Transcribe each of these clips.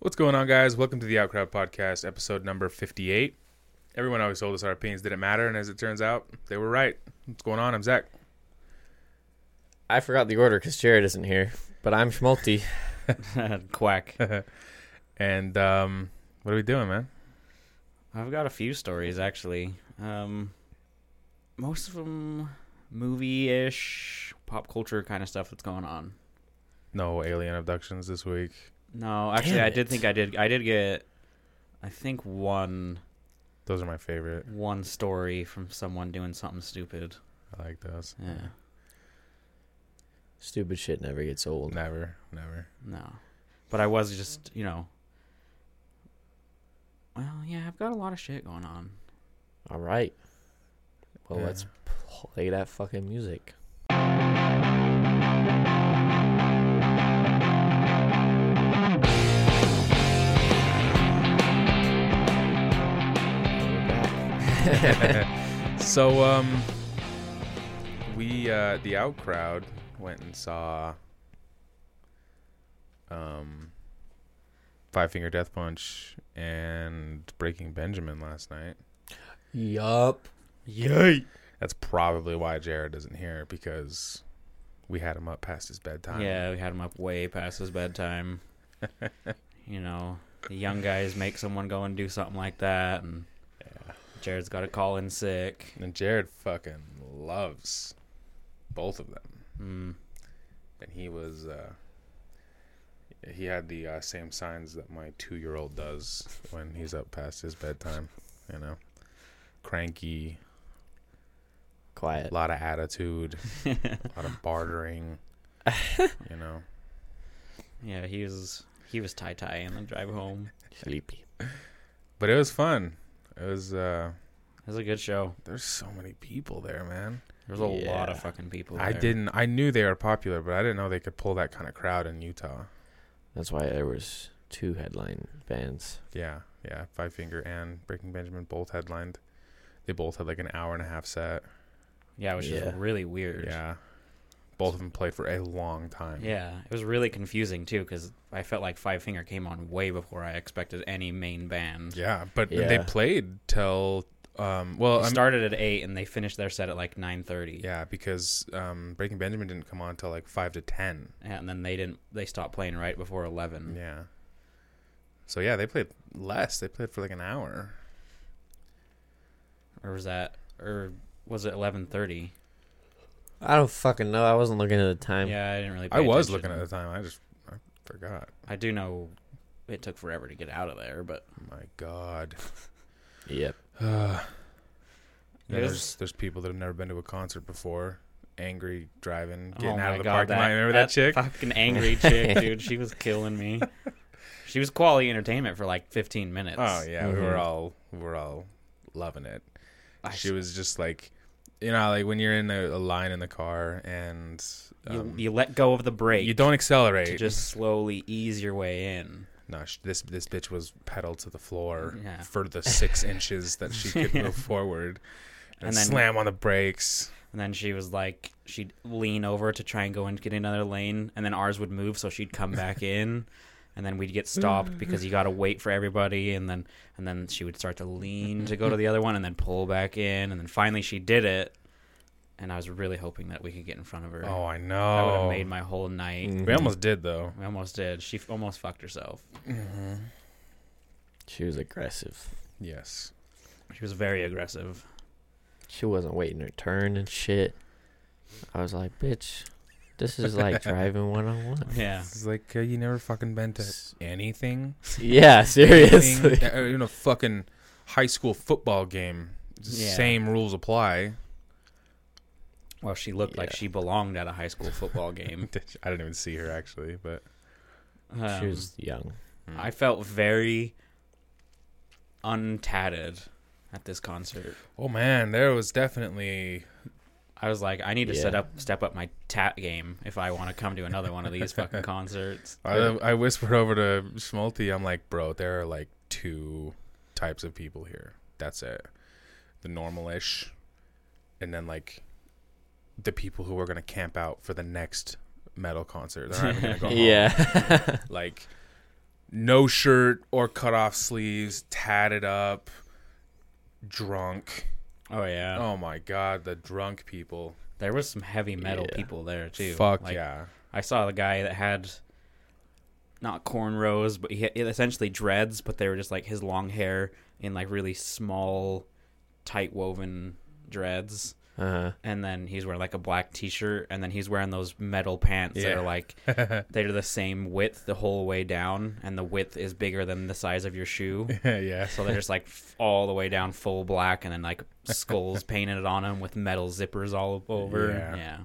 What's going on, guys? Welcome to the Outcrowd Podcast, episode number 58. Everyone always told us our opinions didn't matter, and as it turns out, they were right. What's going on? I'm Zach. I forgot the order because Jared isn't here, but I'm Schmalti. Quack. And um, what are we doing, man? I've got a few stories actually. Um, most of them movie-ish, pop culture kind of stuff that's going on. No alien abductions this week. No, actually, I did it. think I did. I did get, I think one Those are my favorite. one story from someone doing something stupid. I like those. Yeah. Stupid shit never gets old. Never, never. No. But I was just, you know. Well, yeah, I've got a lot of shit going on. All right. Well, Yeah. let's play that fucking music. So, um, we, uh, the out crowd went and saw, um, Five Finger Death Punch and Breaking Benjamin last night. Yup. Yay! That's probably why Jared isn't here because we had him up past his bedtime. Yeah, we had him up way past his bedtime. you know, the young guys make someone go and do something like that, and Jared's got to call in sick. And Jared fucking loves both of them. Mm. And he was, uh, he had the uh, same signs that my two year old does when he's up past his bedtime, you know? Cranky, a Quiet. lot of attitude, a lot of bartering, you know? Yeah, he was he was tie tie in the drive home. Sleepy. But it was fun. It was, uh, It was a good show. there's so many people there, man. There was a lot of Yeah. fucking people. I there. didn't. I knew they were popular, but I didn't know they could pull that kind of crowd in Utah. That's why there was two headline bands. Yeah, yeah. Five Finger and Breaking Benjamin both headlined. They both had like an hour and a half set. Yeah, which Yeah. is really weird. Yeah, both of them played for a long time. Yeah, it was really confusing too because I felt like Five Finger came on way before I expected any main band. yeah. But they Yeah. played till um. Well, They I'm, started at eight and they finished their set at like nine thirty. yeah, because um, Breaking Benjamin didn't come on till like five to ten. and then they didn't. They stopped playing right before eleven. Yeah. So yeah, they played less. They played for like an hour. or was that or was it 11:30? I don't fucking know. I wasn't looking at the time. Yeah, I didn't really. Pay I was attention. looking at the time. I just I forgot. I do know it took forever to get out of there, but My God. Yep. Uh, It there's was- there's people that have never been to a concert before, angry driving, getting Oh out my of the God, parking lot. Remember that, chick? Fucking angry chick, dude. She was killing me. She was quality entertainment for like 15 minutes. Oh yeah, we were Mm-hmm. Mhm. all we were all loving it. I she s- was just like, you know, like when you're in a, a line in the car and you, um, you, you let go of the brake. don't to accelerate. just slowly ease your way in. No, sh this this bitch was pedal to the floor Yeah. for the six inches that she could move forward, and, And then- slam on the brakes. And then she was like, she'd lean over to try and go and get another lane, and then ours would move, so she'd come back in, and then we'd get stopped because you got to wait for everybody, and then and then she would start to lean to go to the other one, and then pull back in, and then finally she did it, and I was really hoping that we could get in front of her. Oh, I that would know. have made my whole night. Mm-hmm. we almost did though. We almost did. She f- almost fucked herself. Mm-hmm. She was aggressive. Yes. She was very aggressive. She wasn't waiting her turn and shit. I was like, bitch, this is like driving one on one. Yeah, It's like uh, you never fucking been to anything. Yeah, seriously. Anything, uh, even a fucking high school football game. It's the Yeah. Same rules apply. well, she looked like Yeah. she belonged at a high school football game. I didn't even see her actually, but Um, she was young. I felt very untatted at this concert. oh man, there was definitely I was like, I need to set Yeah. up step up my tat game if I want to come to another one of these fucking concerts. I, I whispered over to Schmalti, I'm like, bro, there are like two types of people here. That's it. The normalish and then like the people who are gonna camp out for the next metal concert. They're not even gonna go home. Yeah. like no shirt or cut off sleeves, tatted up, drunk. Oh yeah. Oh my god, the drunk people. There was some heavy metal Yeah. people there too. Fuck Like, yeah. I saw the guy that had not cornrows, but he had essentially dreads, but they were just like his long hair in like really small, tight woven dreads. Uh, And then he's wearing like a black t shirt, and then he's wearing those metal pants that Yeah. are like they're the same width the whole way down, and the width is bigger than the size of your shoe. yeah. So they're just like f- all the way down, full black, and then like skulls painted on them with metal zippers all over. Yeah. Yeah.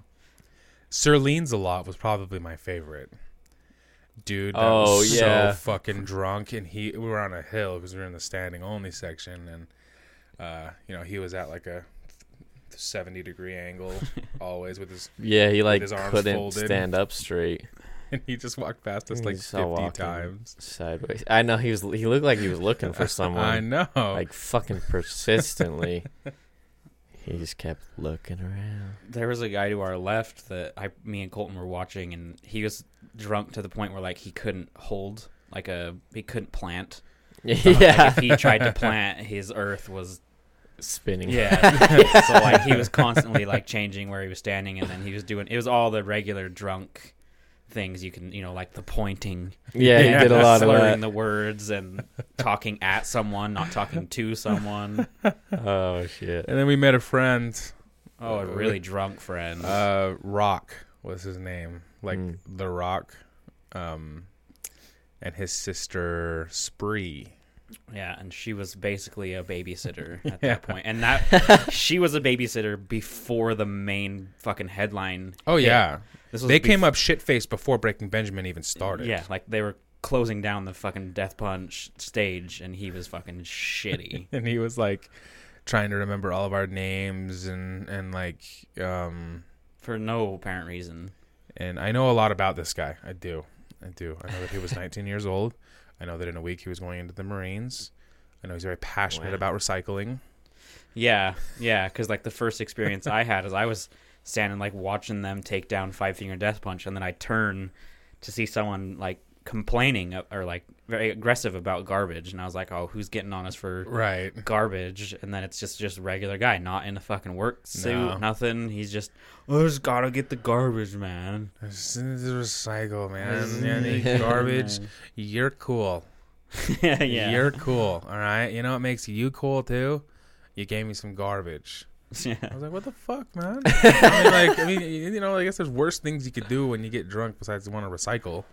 Sirlene's a lot was probably my favorite. Dude, that Oh, was yeah. so fucking drunk, and he we were on a hill because we were in the standing only section, and uh, you know he was at like a seventy degree angle always with his, yeah, he like his arms couldn't folded. stand up straight and he just walked past us like He's so fifty walking. times. sideways. I know he was. He looked like he was looking for I someone. know. Like fucking persistently. he just kept looking around. There was a guy to our left that I, me and Colton were watching, and he was drunk to the point where like he couldn't hold, like a he couldn't plant. yeah, Like, if he tried to plant, his earth was spinning. yeah. so like he was constantly like changing where he was standing, and then he was doing it was all the regular drunk things you can you know like the pointing yeah, he Yeah, did a lot of slurring that. the words and talking at someone not talking to someone Oh shit. and then we met a friend, oh a really drunk friend uh, Rock was his name, like Mm. the Rock, um, and his sister Spree. Yeah, and she was basically a babysitter at Yeah. that point. And that she was a babysitter before the main fucking headline. Oh hit. yeah, This they came up shit faced before Breaking Benjamin even started. Yeah, like they were closing down the fucking Death Punch stage and he was fucking shitty. and he was like trying to remember all of our names and and like um For no apparent reason. and I know a lot about this guy. I do, I do. I know that he was 19 years old. I know that in a week he was going into the Marines. I know he's very passionate Wow. about recycling. Yeah, yeah, because like the first experience I had is I was standing like watching them take down Five Finger Death Punch, and then I turn to see someone like complaining uh, or like very aggressive about garbage, and I was like, oh, who's getting on us for Right. garbage and then it's just just regular guy not in a fucking work suit No. nothing he's just "Oh, i just gotta get the garbage man This is recycle, man. Yeah, the garbage. You're cool. yeah yeah You're cool. All right. You know what makes you cool too? You gave me some garbage. I yeah was like, what the fuck, man? I mean, like, I mean, you know, I guess there's worse things you could do when you get drunk besides want to recycle.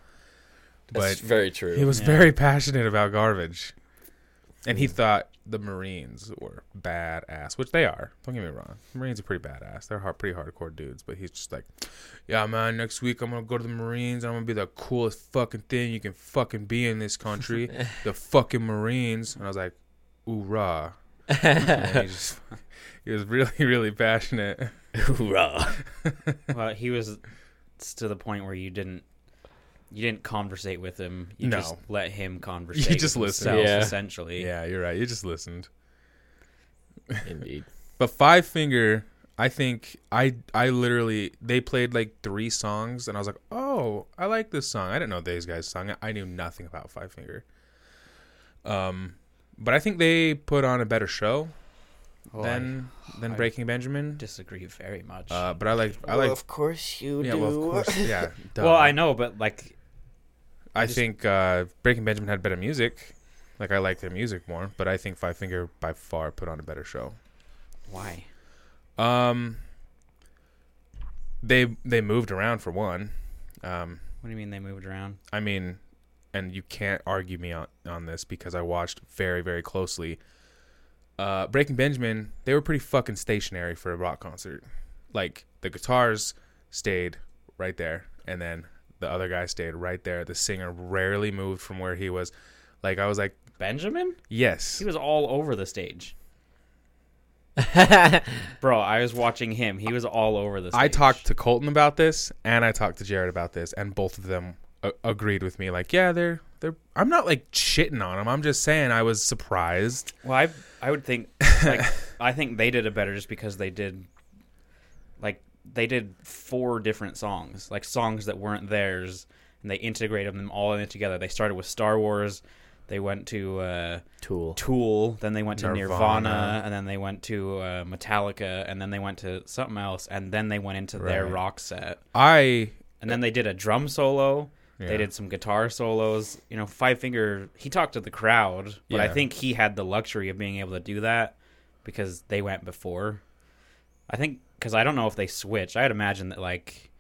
But That's very he true. was Yeah. very passionate about garbage. And he thought the Marines were badass, which they are. Don't get me wrong. Marines are pretty badass. They're hard, pretty hardcore dudes. But he's just like, yeah, man, next week I'm going to go to the Marines. And I'm going to be the coolest fucking thing you can fucking be in this country. the fucking Marines. And I was like, ooh, rah. And he, just, he was really, really passionate. Hoorah. well he was it's to the point where you didn't you didn't conversate with him you No. just let him conversate just with listened. himself, Yeah. essentially Yeah, you're right. You just listened. Indeed. But Five Finger, I think I I literally they played like three songs and I was like, oh, I like this song. I didn't know these guys sung it. I knew nothing about Five Finger. Um, but I think they put on a better show Oh, than than I Breaking Benjamin. I disagree very much Uh, but I like I like course you yeah, well, of course, yeah. duh. well i know but like I just- think uh, Breaking Benjamin had better music. Like I like their music more, but I think Five Finger by far put on a better show. why Um, they they moved around for one. Um, what do you mean they moved around I mean, and you can't argue me on, on this because I watched very very closely. Uh, Breaking Benjamin, they were pretty fucking stationary for a rock concert. Like the guitars stayed right there, and then the other guy stayed right there. The singer rarely moved from where he was. Like I was like, benjamin yes, He was all over the stage. Bro, I was watching him. He was all over the stage. I talked to Colton about this, and I talked to Jared about this, and both of them a- agreed with me. Like, yeah, they're they're. I'm not like shitting on them. I'm just saying I was surprised. Well, I I would think like I think they did it better just because they did like they did four different songs, like songs that weren't theirs and they integrated them all in together. They started with Star Wars, they went to uh, Tool. Tool, then they went to Nirvana. Nirvana. and then they went to uh, Metallica, and then they went to something else, and then they went into their Right. rock set, I and then they did a drum solo. Yeah. They did some guitar solos. You know, Five Finger. He talked to the crowd, but I Yeah. think he had the luxury of being able to do that because they went before. I think because I don't know if they switched. I'd imagine that like,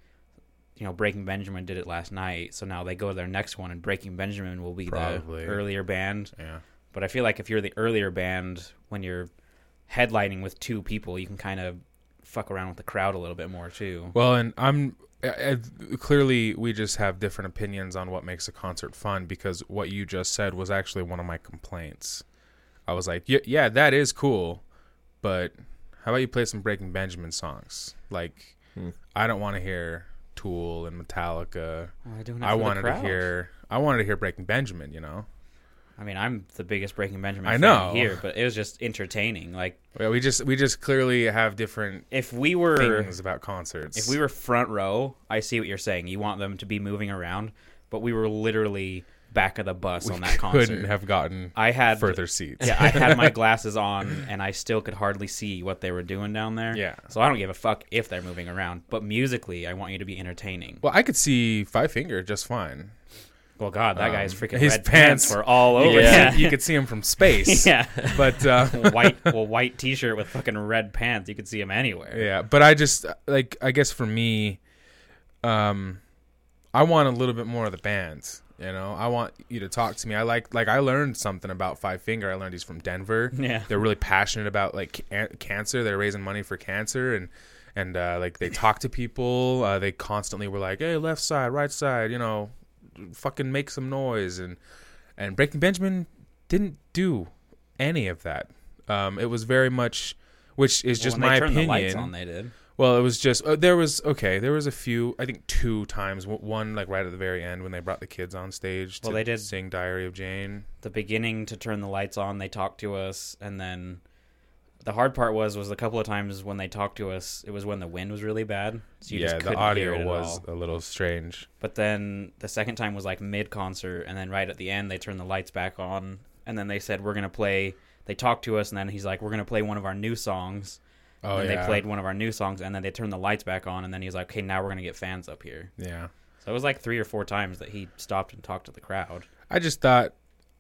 you know, Breaking Benjamin did it last night, so now they go to their next one, and Breaking Benjamin will be Probably. the earlier band. yeah. But I feel like if you're the earlier band, when you're headlining with two people, you can kind of fuck around with the crowd a little bit more too. Well, and I'm I, I, clearly we just have different opinions on what makes a concert fun because what you just said was actually one of my complaints. I was like, yeah, yeah, that is cool, but how about you play some Breaking Benjamin songs? Like, Hmm. I don't want to hear Tool and Metallica. I, do I wanted to hear I wanted to hear Breaking Benjamin. You know, I mean, I'm the biggest Breaking Benjamin. I fan know. here, but it was just entertaining. Like Well, we just we just clearly have different if we were things about concerts. if we were front row, I see what you're saying. You want them to be moving around, but we were literally back of the bus on that concert. couldn't have gotten I had further seats. Yeah, I had my glasses on, and I still could hardly see what they were doing down there. Yeah. So I don't give a fuck if they're moving around, but musically, I want you to be entertaining. Well, I could see Five Finger just fine. Well, God, that guy's freaking Um, his red pants, pants- were all over. You, Yeah. could see, you could see him from space. yeah. But uh, white, well, white T-shirt with fucking red pants. You could see him anywhere. yeah, but I just like I guess for me, um, I want a little bit more of the bands. You know, I want you to talk to me. I like like I learned something about Five Finger. I learned he's from Denver. Yeah. they're really passionate about like can- cancer. They're raising money for cancer and and uh, like they talk to people. Uh, they constantly were like, "Hey, left side, right side," you know, fucking make some noise and and Breaking Benjamin didn't do any of that. Um, it was very much, which is Well, just when my they turned opinion. The lights on, they did. Well, it was just uh, there was okay. There was a few. I think two times. W- One like right at the very end when they brought the kids on stage. Well, to they did- sing Diary of Jane. The beginning to turn the lights on, they talked to us, and then the hard part was was a couple of times when they talked to us, it was when the wind was really bad. So you yeah, just the couldn't audio hear it at was all. a little strange. But then the second time was like mid concert, and then right at the end they turned the lights back on, and then they said we're gonna play. They talked to us, and then he's like, "We're gonna play one of our new songs." Oh and yeah, they played one of our new songs, and then they turned the lights back on, and then he's like, "Okay, now we're gonna get fans up here." Yeah, So it was like three or four times that he stopped and talked to the crowd. I just thought,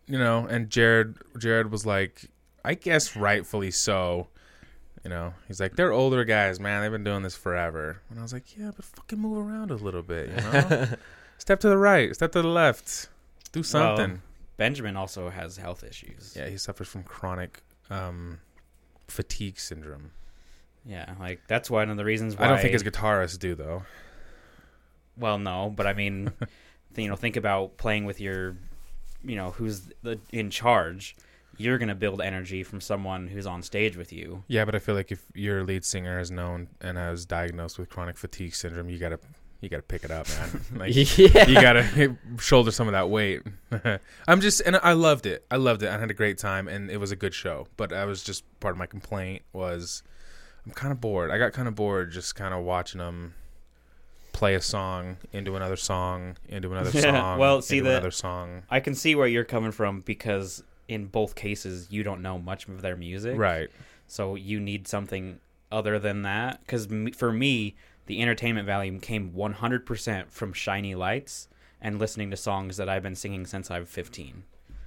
you know, and Jared Jared was like, I guess rightfully so. You know, he's like, they're older guys, man. They've been doing this forever. And I was like, yeah, but fucking move around a little bit, you know? step to the right, step to the left, do something. Benjamin also has health issues. yeah, he suffers from chronic um, fatigue syndrome. yeah, like that's one of the reasons why I don't think his guitarists do, though. Well, no, but I mean, th- you know, think about playing with your, you know, who's the, in charge. You're gonna build energy from someone who's on stage with you. Yeah, but I feel like if your lead singer is known and has diagnosed with chronic fatigue syndrome, you gotta you gotta pick it up, man. Like, yeah. you gotta shoulder some of that weight. I'm just, and I loved it. I loved it. I had a great time, and it was a good show. But I was just part of my complaint was I'm kind of bored. I got kind of bored just kind of watching them play a song into another song into another Yeah, song. well, see into that- another song, I can see where you're coming from because in both cases you don't know much of their music, right? So you need something other than that. Because m- for me, the entertainment value came 100% from shiny lights and listening to songs that I've been singing since I've 15.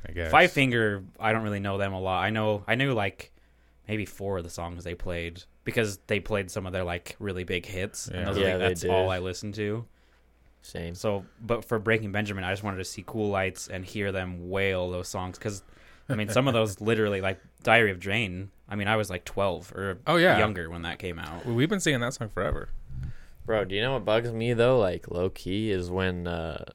I guess Five Finger, I don't really know them a lot. I know I knew like maybe four of the songs they played because they played some of their like really big hits. Yeah. And those are, Yeah, like, they that's did. all I listened to. Same. So, but for Breaking Benjamin, I just wanted to see Cool Lights and hear them wail those songs because I mean some of those literally like Diary of Jane. I mean I was like twelve or Oh, yeah. younger when that came out. Well, We've been singing that song forever. Bro, do you know what bugs me though? Like low key is when uh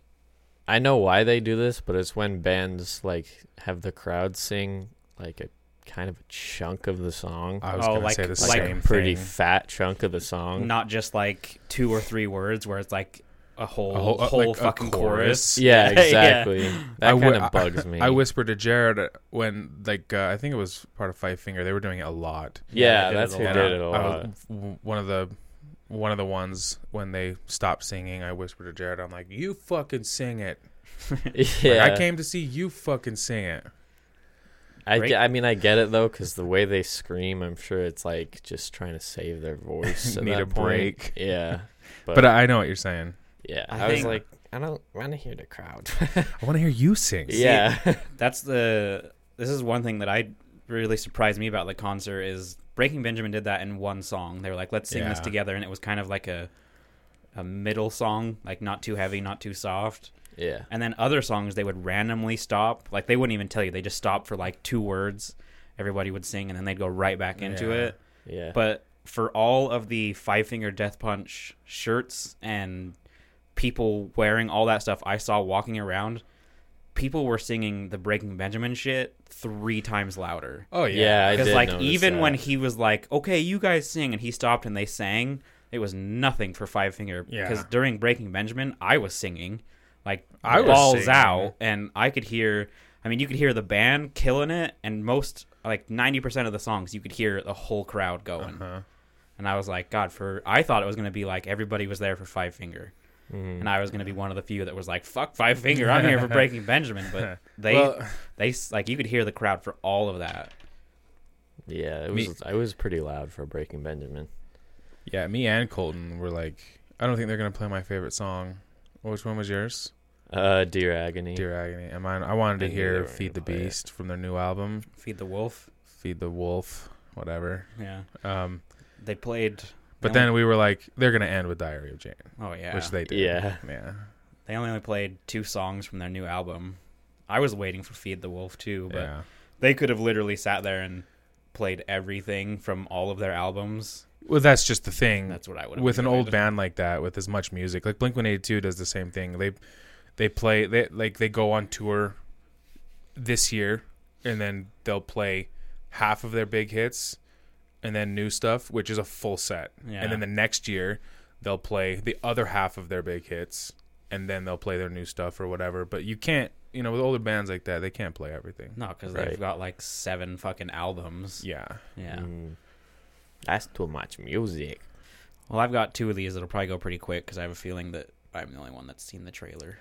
I know why they do this, but it's when bands like have the crowd sing like a kind of a chunk of the song. I was Oh, gonna like- say the like Uh, same a pretty thing. fat chunk of the song. Not just like two or three words where it's like a whole A whole, whole- uh, like a fucking chorus. chorus. yeah, Yeah. exactly. That I wi- kind of bugs me. I whispered to Jared uh, when, like, uh, I think it was part of Five Finger. They were doing it a lot. yeah, Yeah, they did that's it a who lot. did it a I lot. was w- one of the one of the ones when they stopped singing, I whispered to Jared, "I'm like, you fucking sing it. Like, yeah, I came to see you fucking sing it." I, Right? ge- I mean, I get it though, because the way they scream, I'm sure it's like just trying to save their voice. at Need that a break. Point. Yeah, but, But I know what you're saying. yeah, I I, was think- like, I don't want to hear the crowd. I want to hear you sing. yeah, That's the. This is one thing that I really surprised me about the concert is Breaking Benjamin did that in one song. They were like, "Let's sing this Yeah. together," and it was kind of like a a middle song, like not too heavy, not too soft. yeah, And then other songs they would randomly stop, like they wouldn't even tell you. They just stop for like two words. Everybody would sing, and then they'd go right back into Yeah. it. yeah. But for all of the Five Finger Death Punch shirts and people wearing all that stuff I saw walking around, people were singing the Breaking Benjamin shit three times louder. Oh yeah, I Because did like notice even that. when he was like, "Okay, you guys sing," and he stopped and they sang, it was nothing for Five Finger. Yeah. Because during Breaking Benjamin, I was singing, like I was balls singing. out, and I could hear. I mean, you could hear the band killing it, and most like ninety percent of the songs, you could hear the whole crowd going. Uh-huh. And I was like, God, for I thought it was gonna be like everybody was there for Five Finger. Mm-hmm. And I was gonna be one of the few that was like, "Fuck Five Finger, I'm here for Breaking Benjamin." But they, Well- they s- like you could hear the crowd for all of that. yeah, it Me- was. I was pretty loud for Breaking Benjamin. Yeah, me and Colton were like, I don't think they're gonna play my favorite song. Which one was yours? Uh, Dear Agony. Dear Agony. And mine. I wanted to I knew they hear were gonna "Feed the play it. Beast" from their new album, Feed the Wolf. "Feed the Wolf," whatever. Yeah, Um, they played. but they then we were like, they're gonna end with "Diary of Jane," only- oh yeah, which they did. yeah, yeah. they only only played two songs from their new album. I was waiting for Feed the Wolf too, but yeah. they could have literally sat there and played everything from all of their albums. Well, that's just the thing. That's what I would have with an old enjoyed. band like that with as much music like blink 182 does the same thing they they play they like they go on tour this year and then they'll play half of their big hits and then new stuff which is a full set Yeah. and then the next year they'll play the other half of their big hits and then they'll play their new stuff or whatever but you can't you know with older bands like that they can't play everything No, because Right. they've got like seven fucking albums. yeah Yeah. Mm. That's too much music. Well, I've got two of these that'll probably go pretty quick because I have a feeling that I'm the only one that's seen the trailer.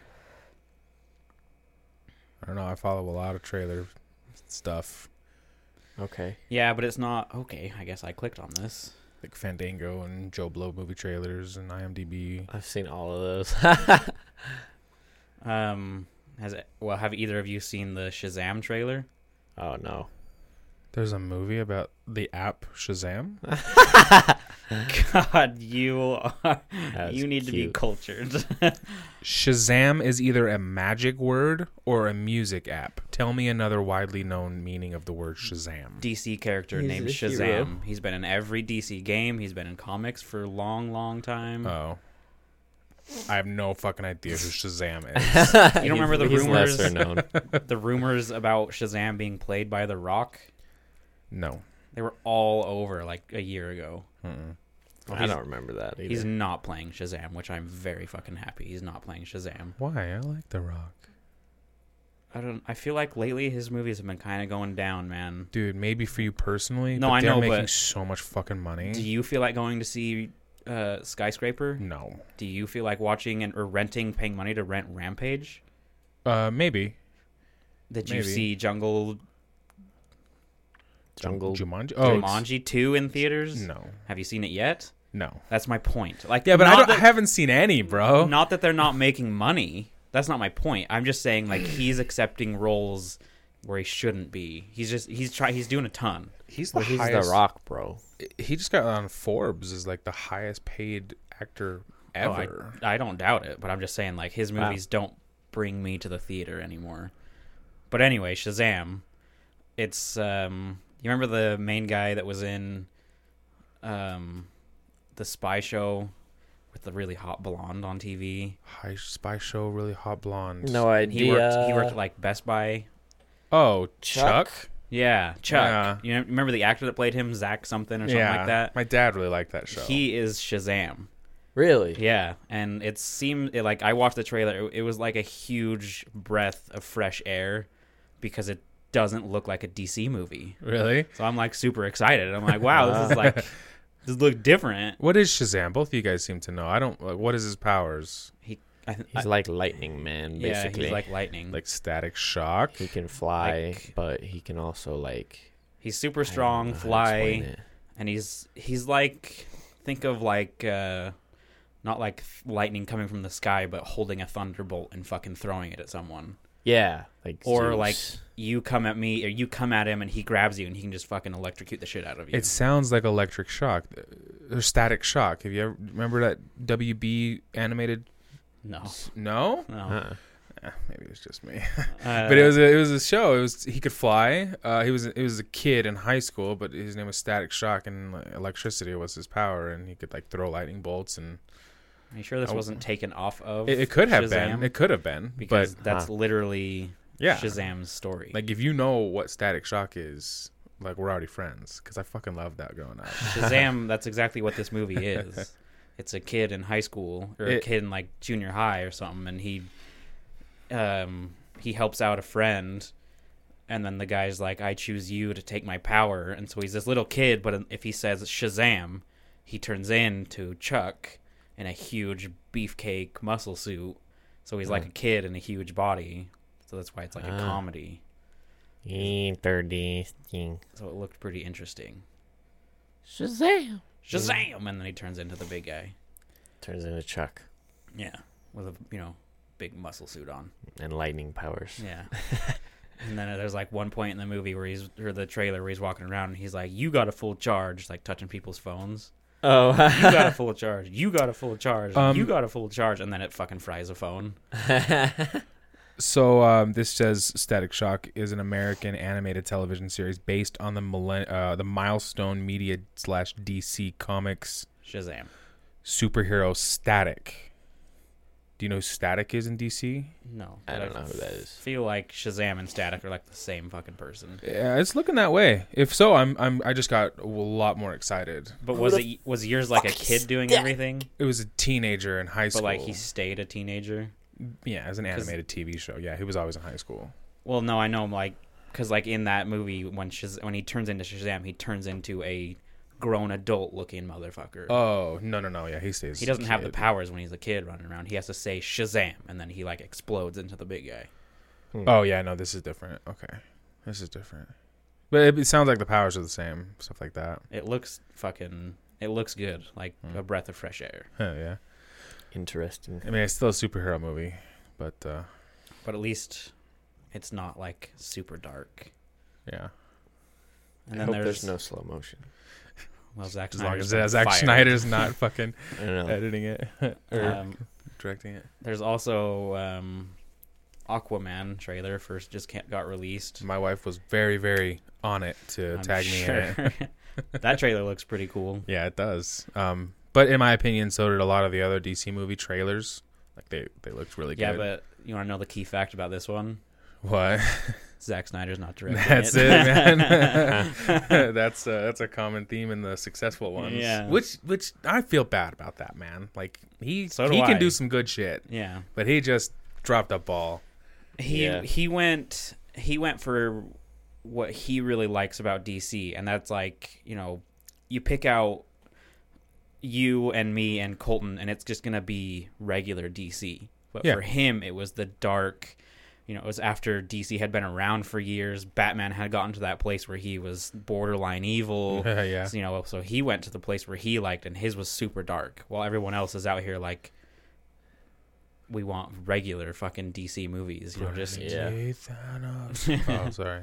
i don't know i follow a lot of trailer stuff Okay. Yeah, but it's not okay. I guess I clicked on this. like Fandango and Joe Blow movie trailers and IMDb. I've seen all of those. Um, has it, well, have either of you seen the Shazam trailer? oh no. There's a movie about the app Shazam. God, you are, That's you need to be cute. cultured. Shazam is either a magic word or a music app. Tell me another widely known meaning of the word Shazam. DC character He's named a Shazam. hero. He's been in every DC game. He's been in comics for a long, long time. Oh. I have no fucking idea who Shazam is. you don't He's- remember the he's rumors? Lesser known. the rumors about Shazam being played by The Rock? No. They were all over like a year ago. Mm-mm. I don't remember that either. He's not playing Shazam, which I'm very fucking happy. He's not playing Shazam. Why? I like The Rock. I don't. I feel like lately his movies have been kind of going down, man. Dude, maybe for you personally, No, but I they're know, making but- so much fucking money. Do you feel like going to see uh, Skyscraper? no. Do you feel like watching and or renting, paying money to rent Rampage? Uh maybe. Did you Maybe. see Jungle Jungle. Jumanji. Oh, oh, it's- Jumanji two in theaters? no. Have you seen it yet? No. That's my point. Like, Yeah, but I, not don't, I that, haven't seen any, bro. not that they're not making money. That's not my point. I'm just saying like he's accepting roles where he shouldn't be. He's just he's try he's doing a ton. He's Well, he's the Rock, bro. He just got on Forbes as like the highest paid actor Oh, I- ever. I, don't doubt it, but I'm just saying like his Wow. movies don't bring me to the theater anymore. But anyway, Shazam. It's um you remember the main guy that was in um the spy show with the really hot blonde on TV? High spy show, really hot blonde. No idea. He worked he uh, worked at like Best Buy. Oh, Chuck. Chuck? Yeah, Chuck. Yeah. You know, remember the actor that played him, Zach something or something like that? My dad really liked that show. He is Shazam. really? Yeah, and it seemed it, like I watched the trailer. It, it was like a huge breath of fresh air because it doesn't look like a DC movie. really? So I'm like super excited. I'm like, wow, this is like Just look different. What is Shazam? Both of you guys seem to know. I don't. Like, what is his powers? He, I, th- I, He's like Lightning Man, yeah, basically. he's like lightning. Like static shock. he can fly, like- but he can also like he's super I don't strong, know how to explain fly, it. and he's he's like think of like uh not like th- lightning coming from the sky, but holding a thunderbolt and fucking throwing it at someone. Yeah, like Or, like, Zeus. You come at me, or you come at him, and he grabs you, and he can just fucking electrocute the shit out of you. It sounds like electric shock Uh, or static shock. Have you ever remember that WB animated? no, No, no. Uh-uh. Eh, maybe it was just me. Uh, but it was a, it was a show. It was he could fly. Uh, he was he was a kid in high school, but his name was Static Shock, and like, electricity was his power, and he could like throw lightning bolts, and Are you sure this Oh. wasn't taken off of? it, it could have Shazam? been. It could have been. because but that's Huh. literally yeah, Shazam's story. like if you know what Static Shock is, like we're already friends because I fucking loved that growing up. Shazam, that's exactly what this movie is. It's a kid in high school or a It- kid in like junior high or something, and he um he helps out a friend, and then the guy's like, "I choose you to take my power," and so he's this little kid, but if he says Shazam, he turns into Chuck in a huge beefcake muscle suit. So he's like a kid in a huge body. So that's why it's like a Ah. comedy. Interesting. So it looked pretty interesting. Shazam Shazam! And then he turns into the big guy. turns into Chuck Yeah, with a you know big muscle suit on. and lightning powers. Yeah. and then there's like one point in the movie where he's or the trailer where he's walking around and he's like, "You got a full charge," like touching people's phones. Oh, You got a full charge. You got a full charge. Um, you got a full charge, and then it fucking fries a phone. So um, this says Static Shock is an American animated television series based on the millen- uh, the Milestone Media slash DC Comics Shazam. superhero Static. Do you know who Static is in DC? No, I don't know who that is. Feel like Shazam and Static are like the same fucking person. Yeah, it's looking that way. If so, I'm I'm I just got a lot more excited. But was it was yours like a kid doing everything, It was a teenager in high but school. like he stayed a teenager? yeah, it was an animated TV show. Yeah, he was always in high school. Well, no, I know, like, because like in that movie, when Shaz- when he turns into Shazam, he turns into a grown adult looking motherfucker. Oh no no no yeah he stays. he doesn't have the kid. powers when he's a kid running around. He has to say Shazam, and then he like explodes into the big guy. Oh yeah, no, this is different. Okay, this is different. But it, it sounds like the powers are the same, stuff like that. It looks fucking. It looks good, like a breath of fresh air. Huh, yeah, Interesting. I mean it's still a superhero movie, but uh, But at least it's not like super dark. yeah, And I then hope there's there's, no slow motion. well, Zack as long as Snyder's uh, on Zack fire. Snyder's not fucking I don't know. editing it or Um, directing it. there's also um, Aquaman trailer first just can't, got released. My wife was very very on it to I'm tag me in it. sure. that trailer looks pretty cool. Yeah, it does. Um, but in my opinion, so did a lot of the other DC movie trailers. Like they they looked really yeah, good. but you want to know the key fact about this one? what? Zack Snyder's not directing That's it, it. man. that's uh, that's a common theme in the successful ones. Yeah. Which which I feel bad about that man. Like he So do he I. can do some good shit, yeah, but he just dropped a ball. he Yeah. he went he went for what he really likes about DC, and that's like you know you pick out you and me and Colton, and it's just gonna be regular DC. But Yeah. for him, it was the dark. You know, it was after DC had been around for years. Batman had gotten to that place where he was borderline evil. yeah. So, you know, so he went to the place where he liked, and his was super dark. While everyone else is out here like, we want regular fucking DC movies. You know, just Yeah. Thanos. oh, sorry.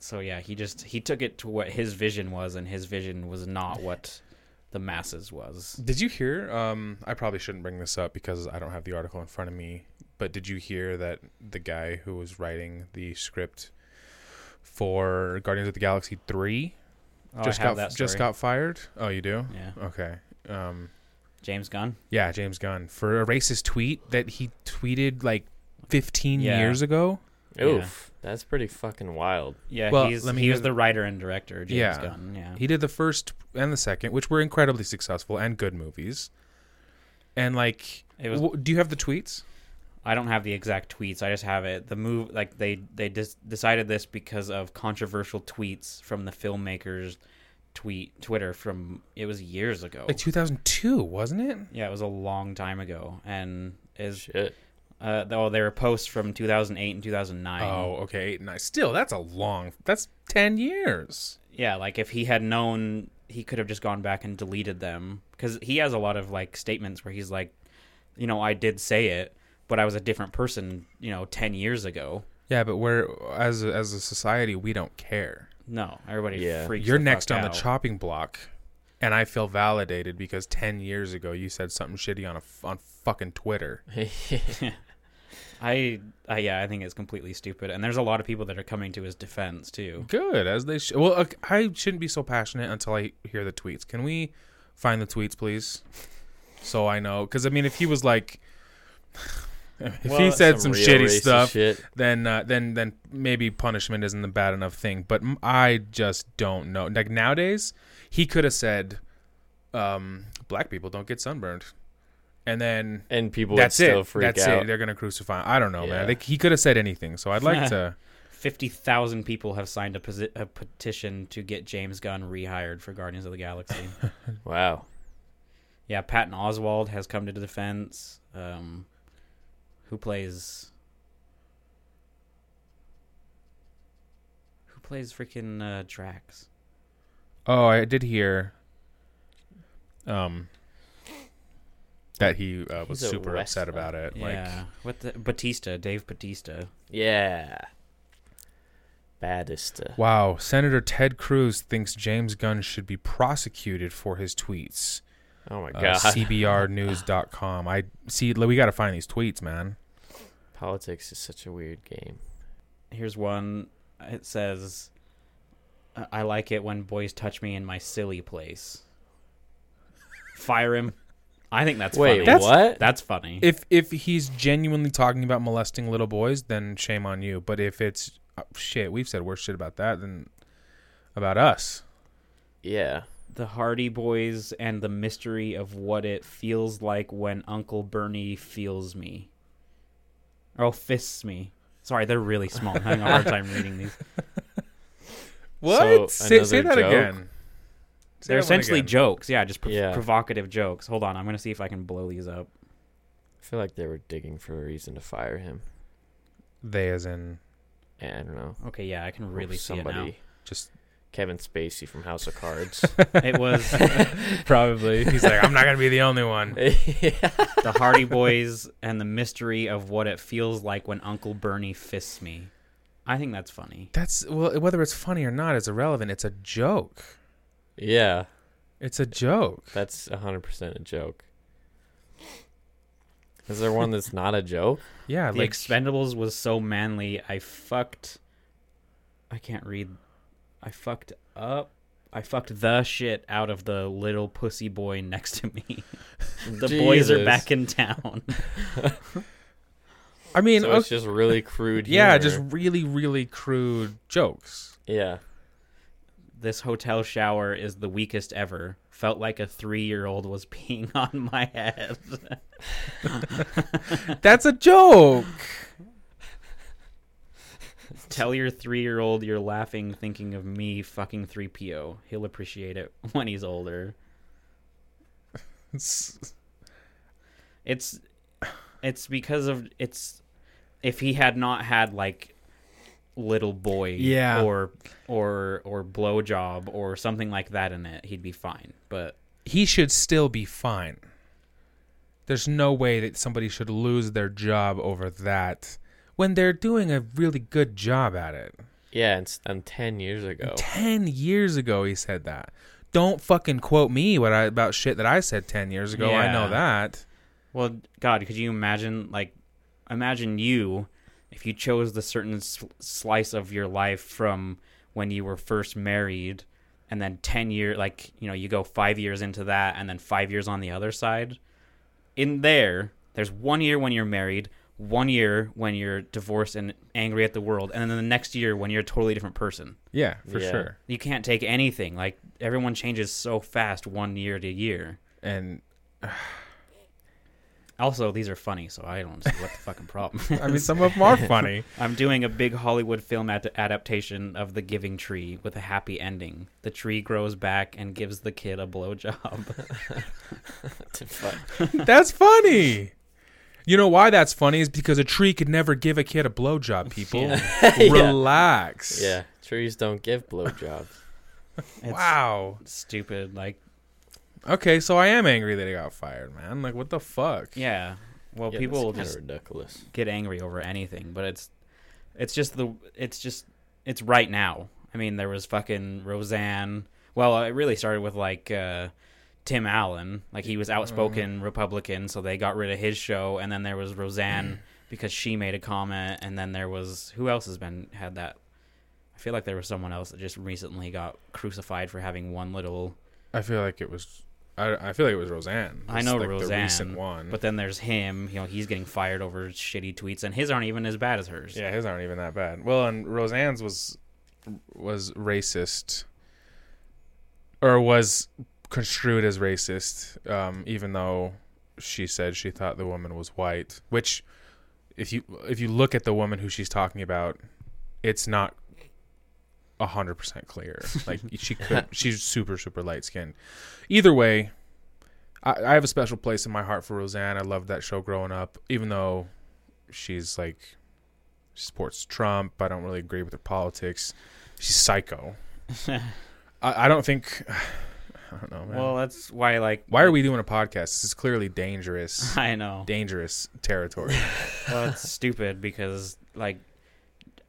so yeah, he just he took it to what his vision was, and his vision was not what the masses was. Did you hear? Um, I probably shouldn't bring this up because I don't have the article in front of me. But did you hear that the guy who was writing the script for Guardians of the Galaxy three Oh, just I have got that just story. got fired? Oh, you do? yeah. Okay. Um, James Gunn. Yeah, James Gunn for a racist tweet that he tweeted like 15 Yeah. years ago. Yeah. Oof, that's pretty fucking wild. Yeah, Well, he's, let me he was hear- the writer and director. James Yeah. Gunn. Yeah, He did the first and the second, which were incredibly successful and good movies. And like, It was- w- do you have the tweets? I don't have the exact tweets. I just have it. The move, like they they dis- decided this because of controversial tweets from the filmmakers tweet Twitter from it was years ago. Like 2002, wasn't it? Yeah, it was a long time ago, and is Shit. uh, oh there were posts from 2008 and 2009. Oh, okay, eight and nine. Still, that's a long. That's ten years. yeah, like if he had known, he could have just gone back and deleted them because he has a lot of like statements where he's like, you know, I did say it, but I was a different person, you know, ten years ago. Yeah, but we're as a, as a society, we don't care. No, everybody Yeah. freaks. You're the next fuck on out. the chopping block, and I feel validated because ten years ago you said something shitty on a f- on fucking Twitter. I, I yeah, I think it's completely stupid, and there's a lot of people that are coming to his defense too. Good as they sh- well. ok- I shouldn't be so passionate until I hear the tweets. Can we find the tweets, please? So I know, because I mean, if he was like, if he said some real shitty racist stuff, Shit. then uh, then then maybe punishment isn't the bad enough thing. But m- I just don't know. Like nowadays, he could have said, um, "Black people don't get sunburned," and then And people that's would still it. freak That's out. it. They're gonna crucify. him. I don't know, Yeah. man. Like, he could have said anything. So I'd like to. Fifty thousand people have signed a, posi- a petition to get James Gunn rehired for Guardians of the Galaxy. Wow. yeah, Patton Oswald has come to the defense. Um, who plays? Who plays freaking uh, Drax? Oh, I did hear. Um. That he uh, was He's a super upset wrestler. about it. yeah, Like, what the Batista? Dave Batista. Yeah. Baddest. wow, Senator Ted Cruz thinks James Gunn should be prosecuted for his tweets. Oh my uh, god. cbrnews.com. I see. We got to find these tweets, man. Politics is such a weird game. Here's one. It says, "I- "I like it when boys touch me in my silly place." Fire him. I think that's Wait, funny. That's- what? That's funny. If if he's genuinely talking about molesting little boys, then shame on you. But if it's oh, shit, we've said worse shit about that than about us. yeah. the Hardy Boys and the mystery of what it feels like when Uncle Bernie feels me. Oh, fists me. Sorry, they're really small. I'm having a hard time reading these. What? say, say that another joke? again. Say that They're one essentially again. jokes. Yeah, just prov- Yeah. provocative jokes. Hold on, I'm gonna see if I can blow these up. I feel like they were digging for a reason to fire him. They as in Eh, I don't know. Okay, yeah, I can really see it now. somebody. just Kevin Spacey from House of Cards. It was probably. He's like, I'm not gonna be the only one. the Hardy Boys and the mystery of what it feels like when Uncle Bernie fists me. I think that's funny. That's well, whether it's funny or not is irrelevant. It's a joke. yeah, It's a joke. that's 100% a joke. Is there one that's not a joke? Yeah, The like Expendables was so manly. I fucked. I can't read. I fucked up. I fucked the shit out of the little pussy boy next to me. the boys are Jesus. back in town. I mean, so okay, it's just really crude. yeah, just humor. really, really crude jokes. yeah. this hotel shower is the weakest ever. Felt like a three year old was peeing on my head. That's a joke. Tell your three year old you're laughing thinking of me fucking 3PO. He'll appreciate it when he's older. It's- it's it's because of it's if he had not had like little boy Yeah. or or or blowjob or something like that in it he'd be fine but he should still be fine. There's no way that somebody should lose their job over that when they're doing a really good job at it. Yeah, and, s- and 10 years ago. 10 years ago he said that. Don't fucking quote me what I, about shit that I said 10 years ago. I Yeah. know that. well god could you imagine like imagine you if you chose the certain s- slice of your life from when you were first married and then 10 year like you know you go 5 years into that and then 5 years on the other side in there there's one year when you're married one year when you're divorced and angry at the world and then the next year when you're a totally different person Yeah, for Yeah. sure. you can't take anything like everyone changes so fast one year to year And Also, these are funny, so I don't see what the fucking problem. is. I mean, some of them are funny. I'm doing a big Hollywood film ad- adaptation of The Giving Tree with a happy ending. The tree grows back and gives the kid a blowjob. That's funny. You know why that's funny is because a tree could never give a kid a blowjob. People, relax. yeah, trees don't give blowjobs. It's Wow. stupid. Like, Okay, so I am angry that he got fired, man. Like, what the fuck? yeah. Well, Yeah, people that's will kinda just ridiculous. get angry over anything, but it's it's just the it's just it's right now. I mean, there was fucking Roseanne. Well, it really started with like uh, Tim Allen. Like he was outspoken Mm-hmm. Republican, so they got rid of his show, and then there was Roseanne Mm. because she made a comment, and then there was who else has been had that. I feel like there was someone else that just recently got crucified for having one little. I feel like it was. I, I feel like it was Roseanne. I It's know like Roseanne, the recent one. But then there's him. You know, he's getting fired over shitty tweets, and his aren't even as bad as hers. yeah, his aren't even that bad. Well, and Roseanne's was was racist, or was construed as racist, um, even though she said she thought the woman was white. Which, if you if you look at the woman who she's talking about, it's not hundred percent clear. Like she could, she's super super light skinned. Either way, I, I have a special place in my heart for Roseanne. I loved that show growing up, even though she's like she supports Trump. I don't really agree with her politics. She's psycho. I, I don't think. I don't know, man. Well, that's why, like, Why are we doing a podcast? This is clearly dangerous, I know. dangerous territory. Well, it's stupid because, like,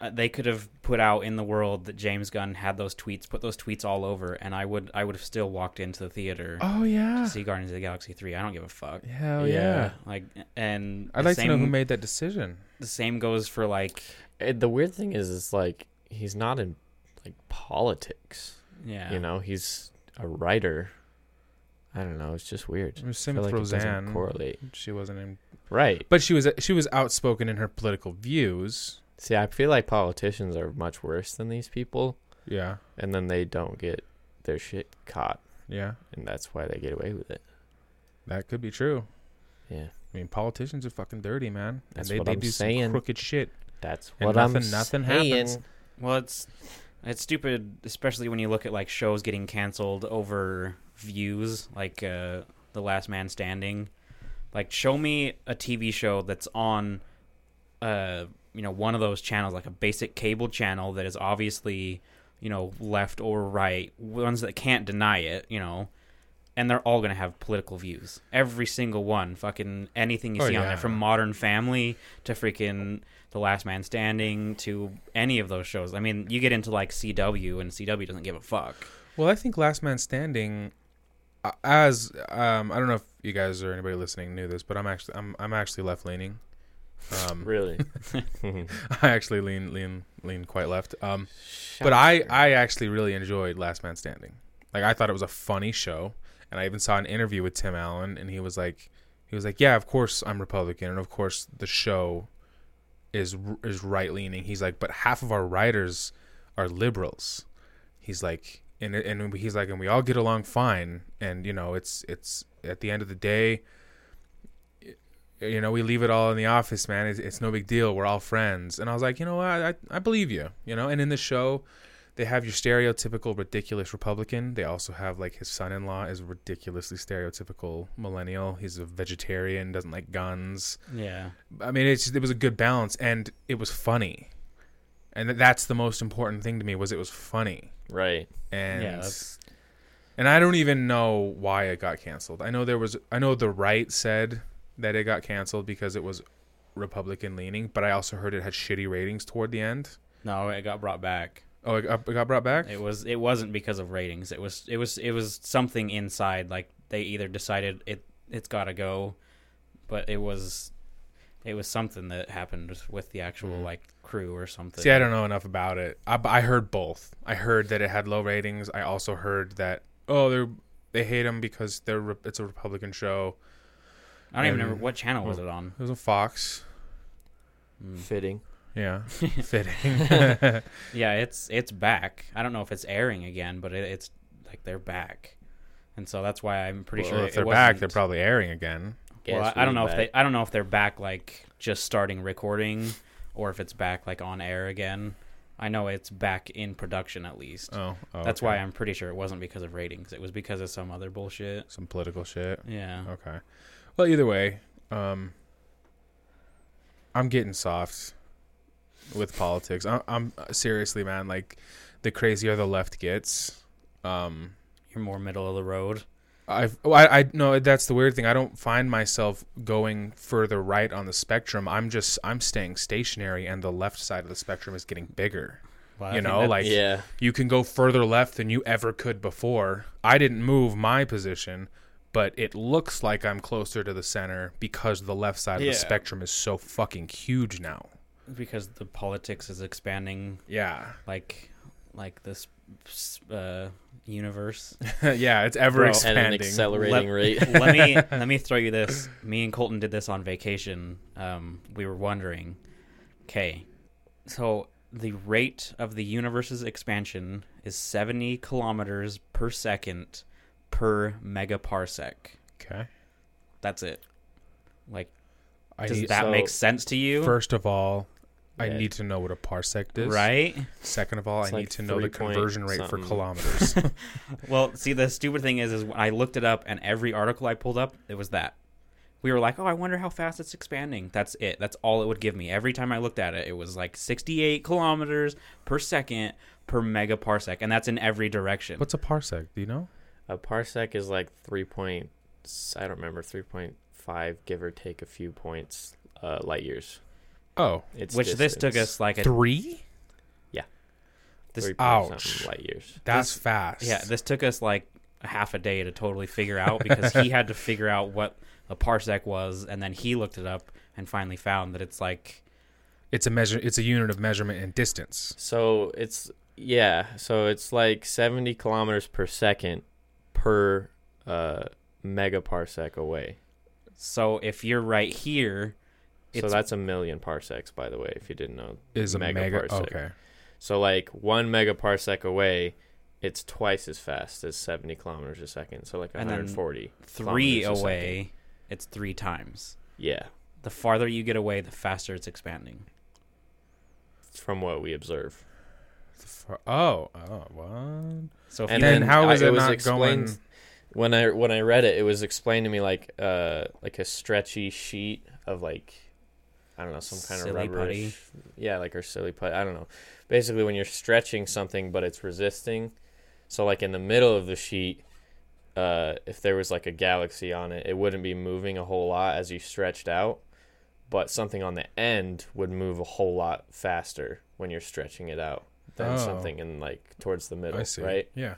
uh, they could have put out in the world that James Gunn had those tweets, put those tweets all over, and I would, I would have still walked into the theater oh yeah, to see Guardians of the Galaxy three. I don't give a fuck. hell yeah. Yeah. Like, and I'd the like same, to know who made that decision. the same goes for like, Eh, the weird thing is, it's like he's not in like politics. yeah, You know, he's a writer. I don't know. It's just weird. It was I same feel with like it doesn't Roseanne. correlate. She wasn't in Right. But she was she was outspoken in her political views. See, I feel like politicians are much worse than these people, Yeah, and then they don't get their shit caught, yeah, and that's why they get away with it. that could be true. Yeah, I mean, politicians are fucking dirty, man. And That's they, what they I'm do saying. some crooked shit. that's And what I'm nothing- nothing saying. happens. Well, it's it's stupid, especially when you look at like shows getting canceled over views, like uh, The Last Man Standing. Like, show me a TV show that's on, uh, you know, one of those channels, like a basic cable channel that is obviously, you know, left or right, ones that can't deny it, you know. And they're all gonna have political views. Every single one, fucking anything you Oh, see on yeah. there, from Modern Family to freaking the Last Man Standing to any of those shows. I mean, you get into like CW, and CW doesn't give a fuck. Well, I think Last Man Standing, uh, as um, I don't know if you guys or anybody listening knew this, but I'm actually I'm I'm actually left leaning. Um, Really? I actually lean lean lean quite left. Um, but I I actually really enjoyed Last Man Standing. Like I thought it was a funny show, and I even saw an interview with Tim Allen, and he was like, he was like, yeah, of course I'm Republican, and of course the show is is right leaning. He's like, but half of our writers are liberals. He's like, and and he's like, and we all get along fine, and you know, it's it's at the end of the day. You know, we leave it all in the office, man. It's, it's no big deal. We're all friends. And I was like, you know what? I, I believe you. You know, and in the show, they have your stereotypical ridiculous Republican. They also have like his son-in-law is ridiculously stereotypical millennial. He's a vegetarian, doesn't like guns. Yeah, I mean, it's it was a good balance, and it was funny, and th- that's the most important thing to me was it was funny, right. and yeah, that's, and I don't even know why it got canceled. I know there was I know the right said that it got canceled because it was Republican leaning, but I also heard it had shitty ratings toward the end. no, it got brought back. Oh, it got, it got brought back. It was it wasn't because of ratings. It was it was it was something inside. Like they either decided it it's got to go, but it was it was something that happened with the actual like crew or something. Mm. See, I don't know enough about it. I, but I heard both. I heard that it had low ratings. I also heard that oh, they they hate him because they're re- it's a Republican show. I don't even and- remember what channel was it on. It was a Fox. Fitting. Yeah, fitting. Yeah, it's it's back. I don't know if it's airing again, but it, it's like they're back, and so that's why I'm pretty Well, sure if it they're back, wasn't- they're probably airing again. guess well, I, I don't we know if they back. I don't know if they're back like just starting recording or if it's back like on air again. I know it's back in production at least. Oh, oh, That's okay. why I'm pretty sure it wasn't because of ratings. It was because of some other bullshit. some political shit. Yeah. Okay. Well, either way, um, I'm getting soft with politics. I, I'm uh, seriously, man. Like, the crazier the left gets, um, You're more middle of the road. I've, oh, I, I no, that's the weird thing. I don't find myself going further right on the spectrum. I'm just, I'm staying stationary, and the left side of the spectrum is getting bigger. Well, I You think know, that- like yeah, you can go further left than you ever could before. I didn't move my position, but it looks like I'm closer to the center because the left side Yeah. of the spectrum is so fucking huge now. because the politics is expanding Yeah. like like this uh, universe. yeah, it's ever Bro, at an expanding. accelerating rate. let me let me throw you this. Me and Colton did this on vacation. Um, we were wondering, okay, so the rate of the universe's expansion is seventy kilometers per second per megaparsec. okay. That's it. Like, I does need, that so- make sense to you? first of all, I Yeah. need to know what a parsec is. right. Second of all, It's I like need to know the three point conversion rate for something. kilometers. Well, see, the stupid thing is, is when I looked it up, and every article I pulled up, it was that. We were like, oh, I wonder how fast it's expanding. That's it. That's all it would give me. Every time I looked at it, it was like 68 kilometers per second per megaparsec, and that's in every direction. What's a parsec? Do you know? A parsec is like three point. I don't remember three point five, give or take a few points, uh, light years. Oh, It's Which this took distance. us like a three? this- Three point ouch. something light years. That's fast. yeah, this took us like a half a day to totally figure out because he had to figure out what a parsec was, and then he looked it up and finally found that it's like it's a measure. It's a unit of measurement and distance. So it's yeah. So it's like seventy kilometers per second per uh, megaparsec away. so if you're right here, so it's that's a million parsecs, by the way, if you didn't know. Is a mega. Megaparsec. Okay. So like one megaparsec away, it's twice as fast as seventy kilometers a second. So like one And then hundred forty. three kilometers a away, it's three times. Yeah, The farther you get away, the faster it's expanding. from what we observe. The fu- Oh, oh, what? So if and you, then then, how how is is I, it it was not explained going- when I when I read it it was explained to me like uh like a stretchy sheet of like I don't know some kind Silly of rubberish putty. yeah like or silly putty I don't know basically when you're stretching something but it's resisting so like in the middle of the sheet uh if there was like a galaxy on it it wouldn't be moving a whole lot as you stretched out but something on the end would move a whole lot faster when you're stretching it out than Oh. something in like towards the middle I see. right Yeah.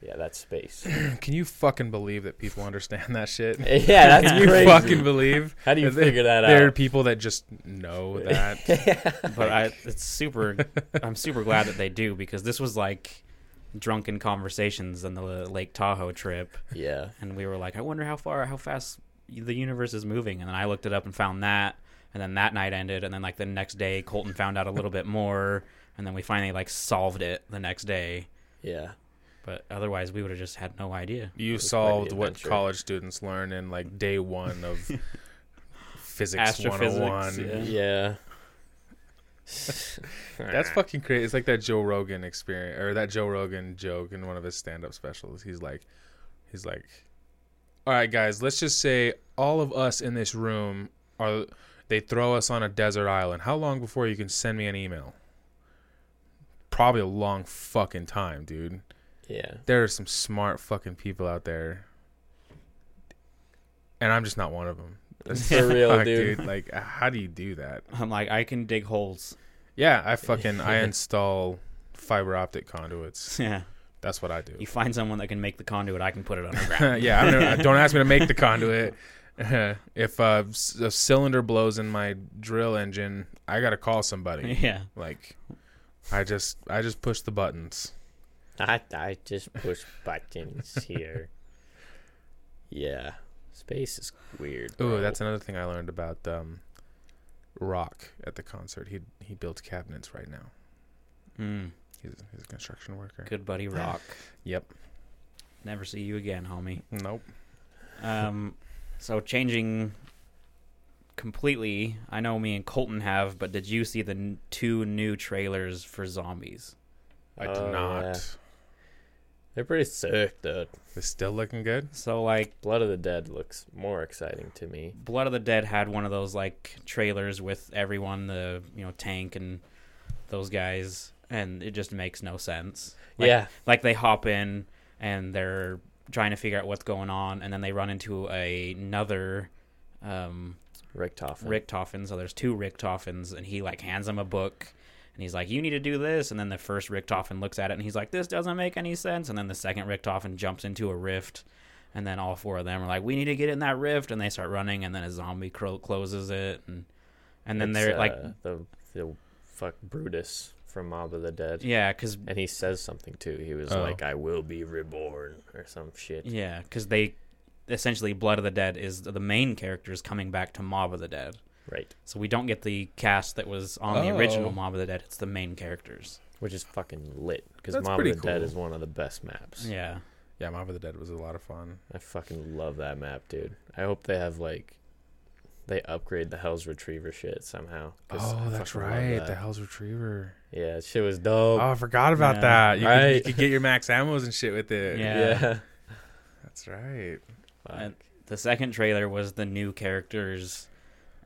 yeah, that's space. Can you fucking believe that people understand that shit? yeah, Can you fucking believe? How do you They- figure that There are out? people that just know that. but I, it's super. I'm super glad that they do because this was like drunken conversations on the Lake Tahoe trip, Yeah. and we were like, I wonder how far, how fast the universe is moving. And then I looked it up and found that. And then that night ended, and then like the next day, Colton found out a little bit more, and then we finally like solved it the next day. Yeah. But otherwise, we would have just had no idea. You quite the solved what adventure. college students learn in like day one of physics Astrophysics, 101. yeah. Yeah. That's fucking crazy. It's like that Joe Rogan experience or that Joe Rogan joke in one of his stand-up specials. He's like he's like All right guys, let's just say all of us in this room are they throw us on a desert island. How long before you can send me an email? Probably a long fucking time, dude. yeah. There are some smart fucking people out there. And I'm just not one of them. That's For real, fuck, dude. Like how do you do that? I'm like, I can dig holes. Yeah, I fucking I install fiber optic conduits. Yeah. That's what I do. You find someone that can make the conduit, I can put it underground. yeah, I'm gonna, don't ask me to make the conduit. if a, s- a cylinder blows in my drill engine, I gotta call somebody. yeah. Like, I just I just push the buttons. I, I just push buttons here. Yeah. Space is weird. Ooh, bro. that's another thing I learned about um, Rock at the concert. He he builds cabinets right now. Mm, He's a, he's a construction worker. good buddy, Rock. Yep. Never see you again, homie. Nope. Um, So changing completely. I know me and Colton have, but did you see the n- two new trailers for Zombies? I do Oh, not. yeah. They're pretty sick, dude. It's still looking good. So like Blood of the Dead looks more exciting to me. Blood of the Dead had one of those like trailers with everyone, the you know Tank and those guys, and it just makes no sense. Like, yeah, like they hop in and they're trying to figure out what's going on, and then they run into a, another um, Rick Toffin. Rick Toffin. So there's two Rick Toffins, and he like hands him a book, and he's like, "You need to do this." And then the first Rick Toffin looks at it, and he's like, "This doesn't make any sense." And then the second Rick Toffin jumps into a rift, and then all four of them are like, "We need to get in that rift," and they start running, and then a zombie cro- closes it, and and then It's, they're like, uh, the the fuck Brutus from Mob of the Dead, "Yeah," because and he says something too. He was Oh. like, "I will be reborn" or some shit. yeah, because they essentially Blood of the Dead is the main characters coming back to Mob of the Dead. Right, So we don't get the cast that was on the original Oh. Mob of the Dead. It's the main characters. which is fucking lit because That's Mob of the pretty Dead cool. is one of the best maps. Yeah. Yeah, Mob of the Dead was a lot of fun. I fucking love that map, dude. I hope they have like they upgrade the Hell's Retriever shit somehow. 'cause I Oh, that's fucking love right. that. The Hell's Retriever. Yeah, that shit was dope. Oh, I forgot about Yeah. that. You, could, you Right. could get your max ammos and shit with it. Yeah. That's right. Fuck. And- The second trailer was the new characters,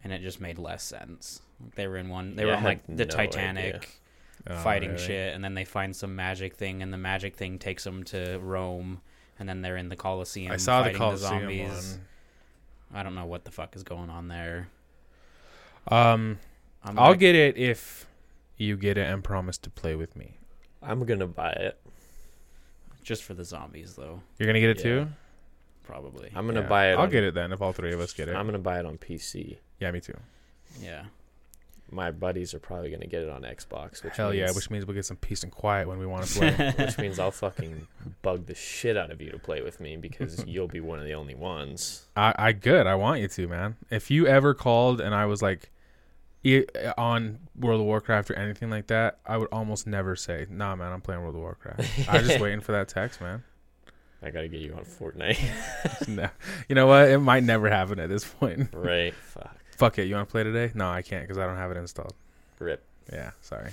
and it just made less sense. Like, They were in one. They Yeah, were I on had like no the Titanic, Oh, fighting really? shit, and then they find some magic thing, and the magic thing takes them to Rome, and then they're in the Colosseum. I saw the fighting Coliseum zombies. I don't know what the fuck is going on there. one. Um, I'm I'll like- get it if you get it and promise to play with me. I'm gonna buy it. just for the zombies though, You're gonna get it Yeah. too. probably. I'm gonna Yeah. buy it. I'll on, get it then if all three of us get it. I'm gonna buy it on PC. yeah, me too. yeah, My buddies are probably gonna get it on Xbox. Which Hell means, yeah, which means we'll get some peace and quiet when we want to play. which means I'll fucking bug the shit out of you to play with me because you'll be one of the only ones. I, I good. I want you to, man. If you ever called and I was like e- on World of Warcraft or anything like that, I would almost never say, "Nah, man, I'm playing World of Warcraft." I'm just waiting for that text, man. I gotta get you on Fortnite, No. You know what? It might never happen at this point. right? Fuck, Fuck it. You want to play today? No, I can't because I don't have it installed. rip. Yeah, sorry.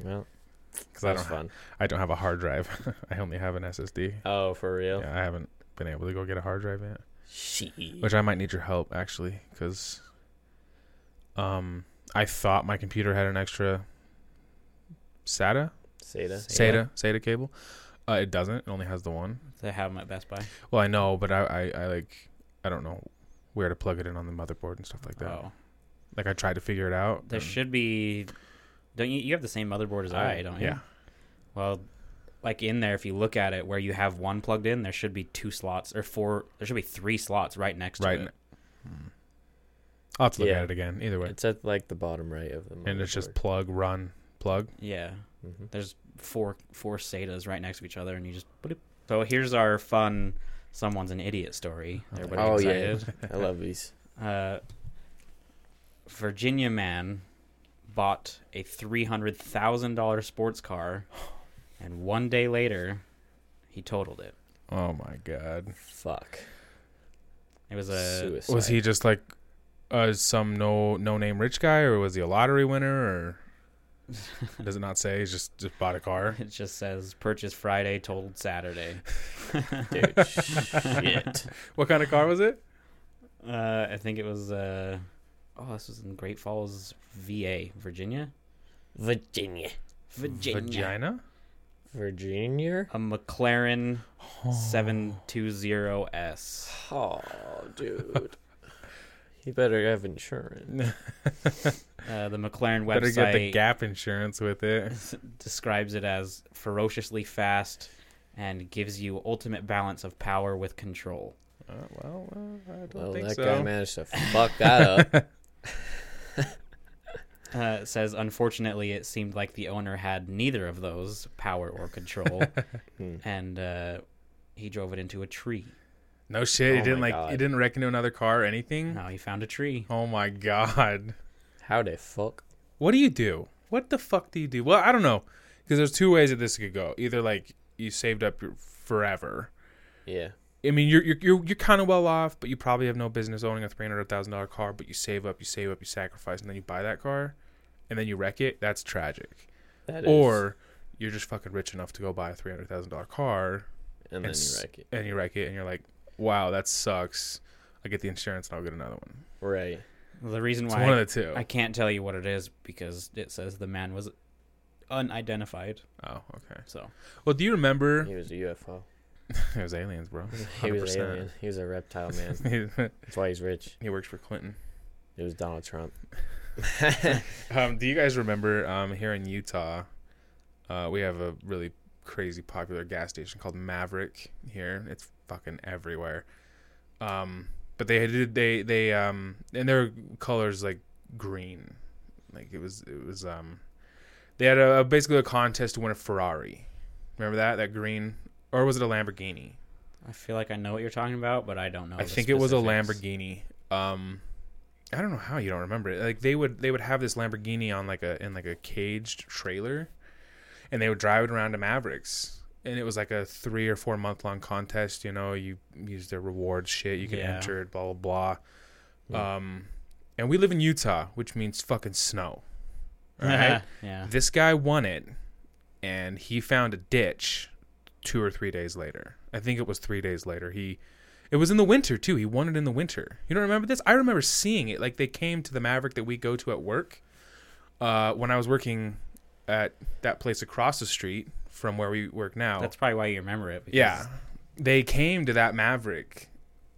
Well, Because I that don't. was Ha- fun. I don't have a hard drive. I only have an SSD. Oh, for real? Yeah, I haven't been able to go get a hard drive yet. Shit. which I might need your help actually, because um, I thought my computer had an extra SATA, Seda. SATA, SATA cable. Uh, it doesn't. It only has the one. they have them at Best Buy. Well, I know, but I, I, I like, I don't know where to plug it in on the motherboard and stuff like that. Oh, Like I tried to figure it out. there and- should be. Don't you? You have the same motherboard as I, don't you? Yeah. Well, like in there, if you look at it, where you have one plugged in, there should be two slots or four. There should be three slots right next Right. to n- it. Hmm. I'll have to look Yeah. at it again. Either way, It's at like the bottom right of the. and it's just plug, run, plug. Yeah, hmm there's four four SATAs right next to each other, and you just. Bloop. So here's our fun. Someone's an idiot story. Oh, Everybody Oh yeah, excited. I love these. Uh, Virginia man bought a three hundred thousand dollar sports car, and one day later, he totaled it. Oh my god. Fuck. It was a Suicide. Was he just like uh, some no no name rich guy, or was he a lottery winner, or does it not say? He's just just bought a car. It just says purchase Friday, totaled Saturday. Dude, shit. What kind of car was it? Uh, I think it was. Uh, oh, this was in Great Falls, VA, Virginia. Virginia. Virginia. Vagina. Virginia. A McLaren Oh. 720S. Oh, dude. he better have insurance. Uh, the McLaren Better get the website gap insurance with it. describes it as ferociously fast and gives you ultimate balance of power with control. Uh, well, uh, I don't Well, think that so. guy managed to fuck that up. Uh, it says, unfortunately, it seemed like the owner had neither of those power or control, Hmm. and uh, he drove it into a tree. No shit. Oh he didn't my like. God. He didn't wreck into another car or anything. No, he found a tree. Oh my god. How the fuck? What do you do? What the fuck do you do? Well, I don't know, because there's two ways that this could go. Either like you saved up your forever, Yeah. I mean, you're you're you're, you're kind of well off, but you probably have no business owning a three hundred thousand dollar car. But you save up, you save up, you sacrifice, and then you buy that car, and then you wreck it. That's tragic. That is- Or you're just fucking rich enough to go buy a three hundred thousand dollar car, and then you it's- wreck it. and you wreck it, and you're like, wow, that sucks. I get the insurance, and I'll get another one. Right. The reason It's why one I, of the two. I can't tell you what it is because it says the man was unidentified. oh, okay. So Well, do you remember? He was a UFO. it was aliens, bro. He was 100%. alien. He was a reptile man. That's why he's rich. he works for Clinton. It was Donald Trump. Um, do you guys remember um, here in Utah? Uh, we have a really crazy popular gas station called Maverick here. It's fucking everywhere. Um, but they did they they um and their colors like green, like it was it was um they had a, basically a contest to win a Ferrari. Remember that that green or was it a Lamborghini? I feel like I know what you're talking about, but I don't know. I the think it was a specifics. Lamborghini. Um, I don't know how you don't remember it. Like they would they would have this Lamborghini on like a in like a caged trailer, and they would drive it around to Mavericks. And it was like a three or four month long contest. You know, you use their rewards shit. You can Yeah. enter it. Blah blah blah. Yeah. Um, and we live in Utah, which means fucking snow. All right. yeah. This guy won it, and he found a ditch two or three days later. I think it was three days later. He, it was in the winter too. He won it in the winter. You don't remember this? I remember seeing it. Like they came to the Maverick that we go to at work. Uh, when I was working at that place across the street from where we work now. That's probably why you remember it. because yeah, they came to that Maverick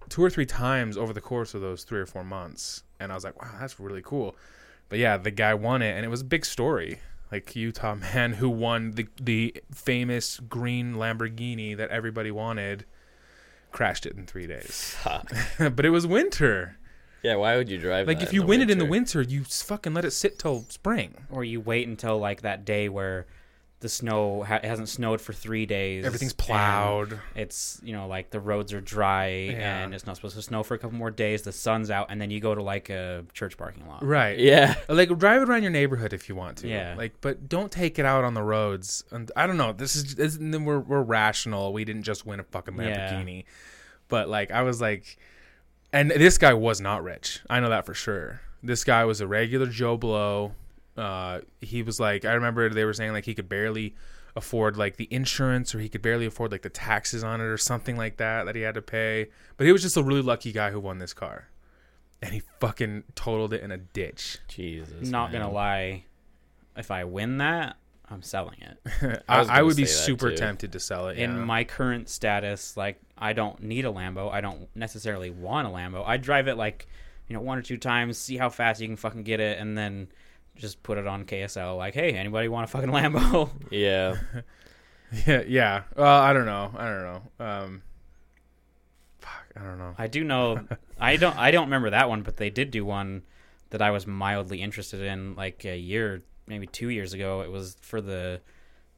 two or three times over the course of those three or four months, and I was like, wow, that's really cool. But yeah, the guy won it, and it was a big story. Like Utah man who won the the famous green Lamborghini that everybody wanted, crashed it in three days. Fuck. but it was winter. Yeah, why would you drive Like that if you the win it in the winter, you s- fucking let it sit till spring. Or you wait until like that day where the snow ha- it hasn't snowed for three days. Everything's and plowed. It's you know like the roads are dry Yeah. and it's not supposed to snow for a couple more days. The sun's out and then you go to like a church parking lot. Right. Yeah. like drive it around your neighborhood if you want to. Yeah. Like, but don't take it out on the roads. And I don't know. This is this, and then we're we're rational. We didn't just win a fucking Yeah. Lamborghini. But like, I was like, and this guy was not rich. I know that for sure. This guy was a regular Joe Blow. Uh, he was like, I remember they were saying like he could barely afford like the insurance or he could barely afford like the taxes on it or something like that that he had to pay. But he was just a really lucky guy who won this car. And he fucking totaled it in a ditch. Jesus. Not man. gonna lie, if I win that, I'm selling it. I, I I, was gonna would be say that, super too. tempted to sell it. in yeah. my current status, like I don't need a Lambo. I don't necessarily want a Lambo. I drive it like, you know, one or two times, see how fast you can fucking get it, and then just put it on KSL. Like, hey, anybody want a fucking Lambo? Yeah. yeah, yeah. Well, I don't know. I don't know. Um, fuck, I don't know. I do know. I don't. I don't remember that one, but they did do one that I was mildly interested in, like a year, maybe two years ago. It was for the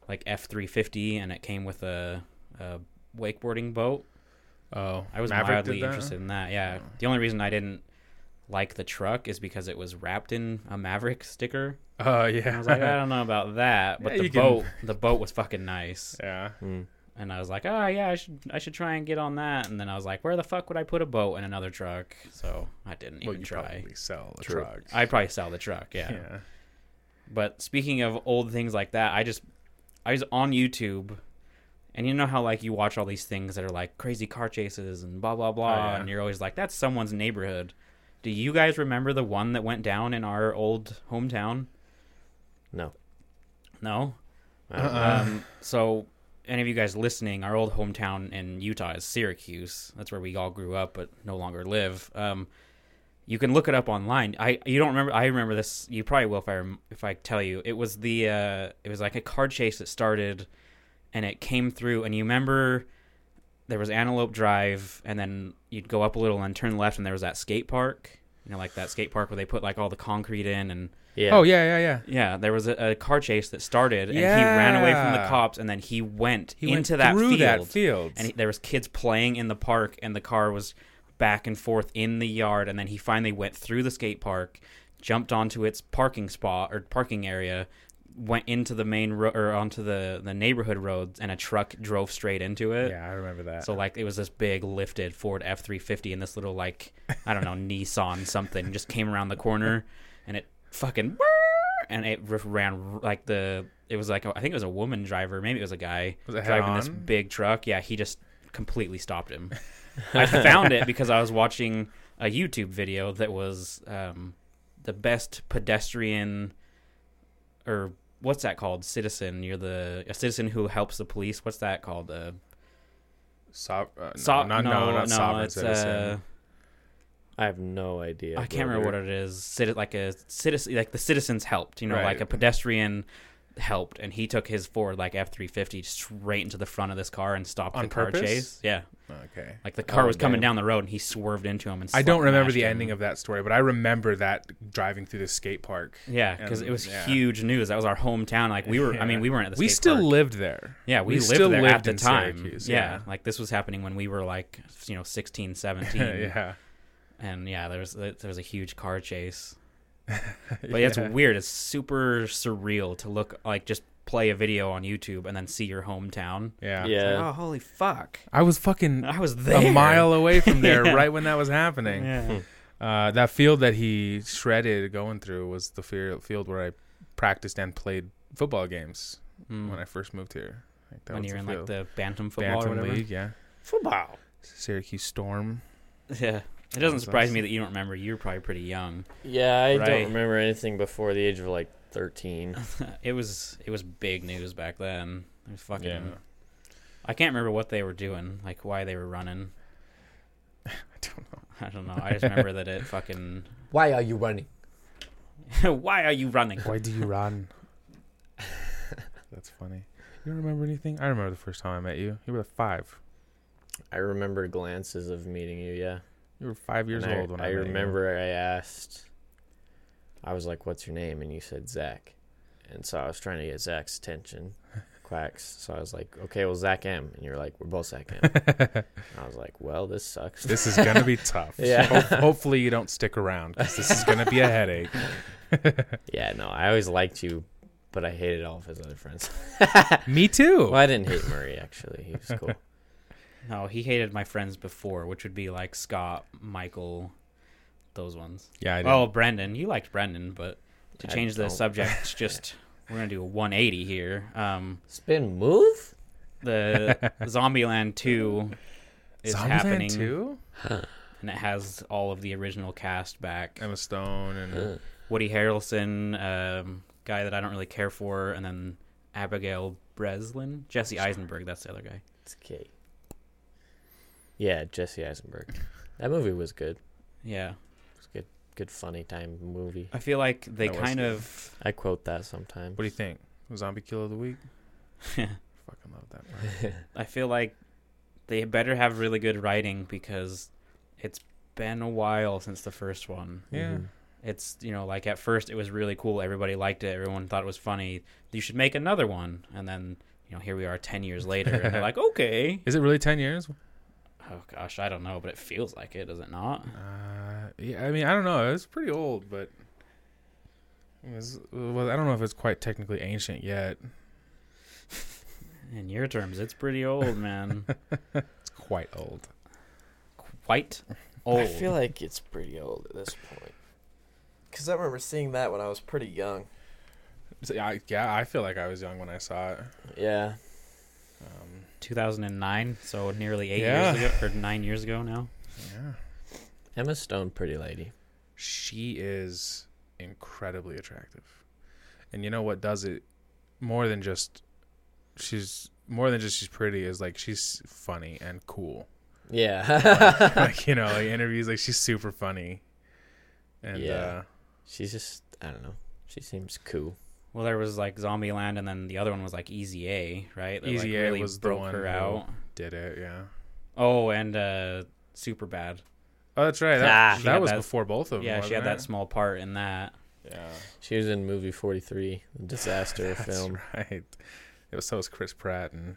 like F three fifty, and it came with a, a wakeboarding boat. Oh, I was Maverick did mildly that? interested in that. Yeah. The only reason I didn't like the truck is because it was wrapped in a Maverick sticker. Oh I yeah. was like, "Ah, I don't know about that, but Yeah, the you can- boat, the boat was fucking nice, yeah. Mm. and I was like, oh yeah, I should, I should try and get on that. And then I was like, where the fuck would I put a boat in another truck? So I didn't Well, even you try. probably sell the True. truck. I'd probably sell the truck. yeah. yeah. But speaking of old things like that, I just I was on YouTube and you know how like you watch all these things that are like crazy car chases and blah blah blah Oh, yeah. and you're always like that's someone's neighborhood. Do you guys remember the one that went down in our old hometown? No. No. I don't know. Uh-uh. Um so any of you guys listening, our old hometown in Utah is Syracuse. That's where we all grew up but no longer live. Um you can look it up online. I you don't remember. I remember this. You probably will if I rem- if I tell you. It was the uh, it was like a car chase that started, and it came through. And you remember there was Antelope Drive, and then you'd go up a little and turn left, and there was that skate park. You know, like that skate park where they put like all the concrete in, and yeah. Oh yeah, yeah, yeah. yeah, there was a, a car chase that started, and he ran away from the Yeah. cops, and then he went He went into that through field, that field. and he, there was kids playing in the park and the car was back and forth in the yard and then he finally went through the skate park jumped onto its parking spot or parking area went into the main road or onto the the neighborhood road, and a truck drove straight into it. yeah, I remember that. So like it was this big lifted Ford F three fifty, and this little like I don't know Nissan something just came around the corner, and it fucking and it r- ran like the it was like a, I think it was a woman driver, maybe it was a guy Was it driving this head-on? big truck. Yeah, he just completely stopped him. I found it because I was watching a YouTube video that was um, the best pedestrian or what's that called? Citizen. You're the a citizen who helps the police. What's that called? Uh, So- uh, no, so- not, no, not sovereign citizen. uh, I have no idea. I can't remember what it is. Citi- like a citizen, like the citizens helped. You know, Right. like a pedestrian helped, and he took his Ford like F three fifty straight into the front of this car and stopped On the purpose? car chase. Yeah, okay. like the car Oh, was coming damn. down the road, and he swerved into him. And I don't remember smashed the him. ending of that story, but I remember that driving through the skate park. Yeah, because it was Yeah. huge news. That was our hometown. Like we were. I mean, Yeah. we weren't at the. we skate still park. lived there. Yeah, we, we lived still there at lived the in time. Syracuse, yeah. yeah. like this was happening when we were like you know 16, 17. yeah, and yeah, there was there was a huge car chase. But yeah, it's Yeah. weird. It's super surreal to look like just play a video on YouTube and then see your hometown. yeah, Yeah. It's like, oh, holy fuck! I was fucking I was there Hmm. a mile away from there Yeah. right when that was happening. Yeah. Uh, that field that he shredded going through was the fear, field where I practiced and played football games Mm. when I first moved here. Like, that When was you're in field. like the bantam football or Bantam whatever. League, yeah. Football. Syracuse Storm. Yeah. That It doesn't was surprise us. me that you don't remember. You were probably pretty young. Yeah, I Right. don't remember anything before the age of like thirteen. it was it was big news back then. It was fucking. Yeah. I can't remember what they were doing, like why they were running. I don't know. I don't know. I just remember that it fucking. Why are you running? why are you running? Why do you run? That's funny. You don't remember anything? I remember the first time I met you. You were five. I remember glances of meeting you. Yeah, You were five years And I, old when I, I met you. remember. I asked. I was like, "What's your name?" And you said Zach, and so I was trying to get Zach's attention. Quacks. So I was like, "Okay, well, Zach M," and you're like, "We're both Zach M." and I was like, "Well, this sucks." This is gonna be tough. Yeah. Ho- hopefully you don't stick around because this is gonna be a headache. yeah, no, I always liked you, but I hated all of his other friends. Me too. well, I didn't hate Murray actually. He was cool. No, he hated my friends before, which would be like Scott, Michael, those ones. Yeah, I did. Oh, Brendan. You liked Brendan, but to I change the don't. subject, just we're gonna do a 180 here. Um, Spin move. the Zombieland 2 is Zombieland happening, too. and it has all of the original cast back. Emma Stone and Woody Harrelson, um, guy that I don't really care for, and then Abigail Breslin, Jesse Eisenberg. That's the other guy. It's okay. Yeah, Jesse Eisenberg. That movie was good. Yeah, It was good, good funny time movie. I feel like they That was kind good. of I quote that sometimes. what do you think? Zombie Kill of the Week. Fucking love that. Part. I feel like they better have really good writing because it's been a while since the first one. Yeah. Mhm. It's you know like at first it was really cool, everybody liked it, everyone thought it was funny. You should make another one, and then you know here we are ten years later, and they're like, okay, Is it really ten years? oh gosh, I don't know, but it feels like it, does it not? Uh, yeah, I mean, I don't know. It's pretty old, but it was, well, I don't know if it's quite technically ancient yet. In your terms, it's pretty old, man. It's quite old. Quite old. I feel like it's pretty old at this point. Because I remember seeing that when I was pretty young. So, yeah, I, yeah, I feel like I was young when I saw it. Yeah. Um, 2009, so nearly eight Yeah. years ago or nine years ago now. yeah, Emma Stone, pretty lady. she is incredibly attractive, and you know what does it more than just she's more than just she's pretty is like she's funny and cool. Yeah. like you know like interviews like she's super funny and Yeah. uh She's just, I don't know. She seems cool. Well, there was like Zombieland, and then the other one was like Easy A, right? That, Easy like, A was the broke one her who- out. did it yeah Oh, and uh, Super Bad. oh that's right that, Ah. She that had was that- before both of them Yeah, she had wasn't that small part in that. it? yeah She was in movie 43, the disaster that's film. right it was so was chris pratt and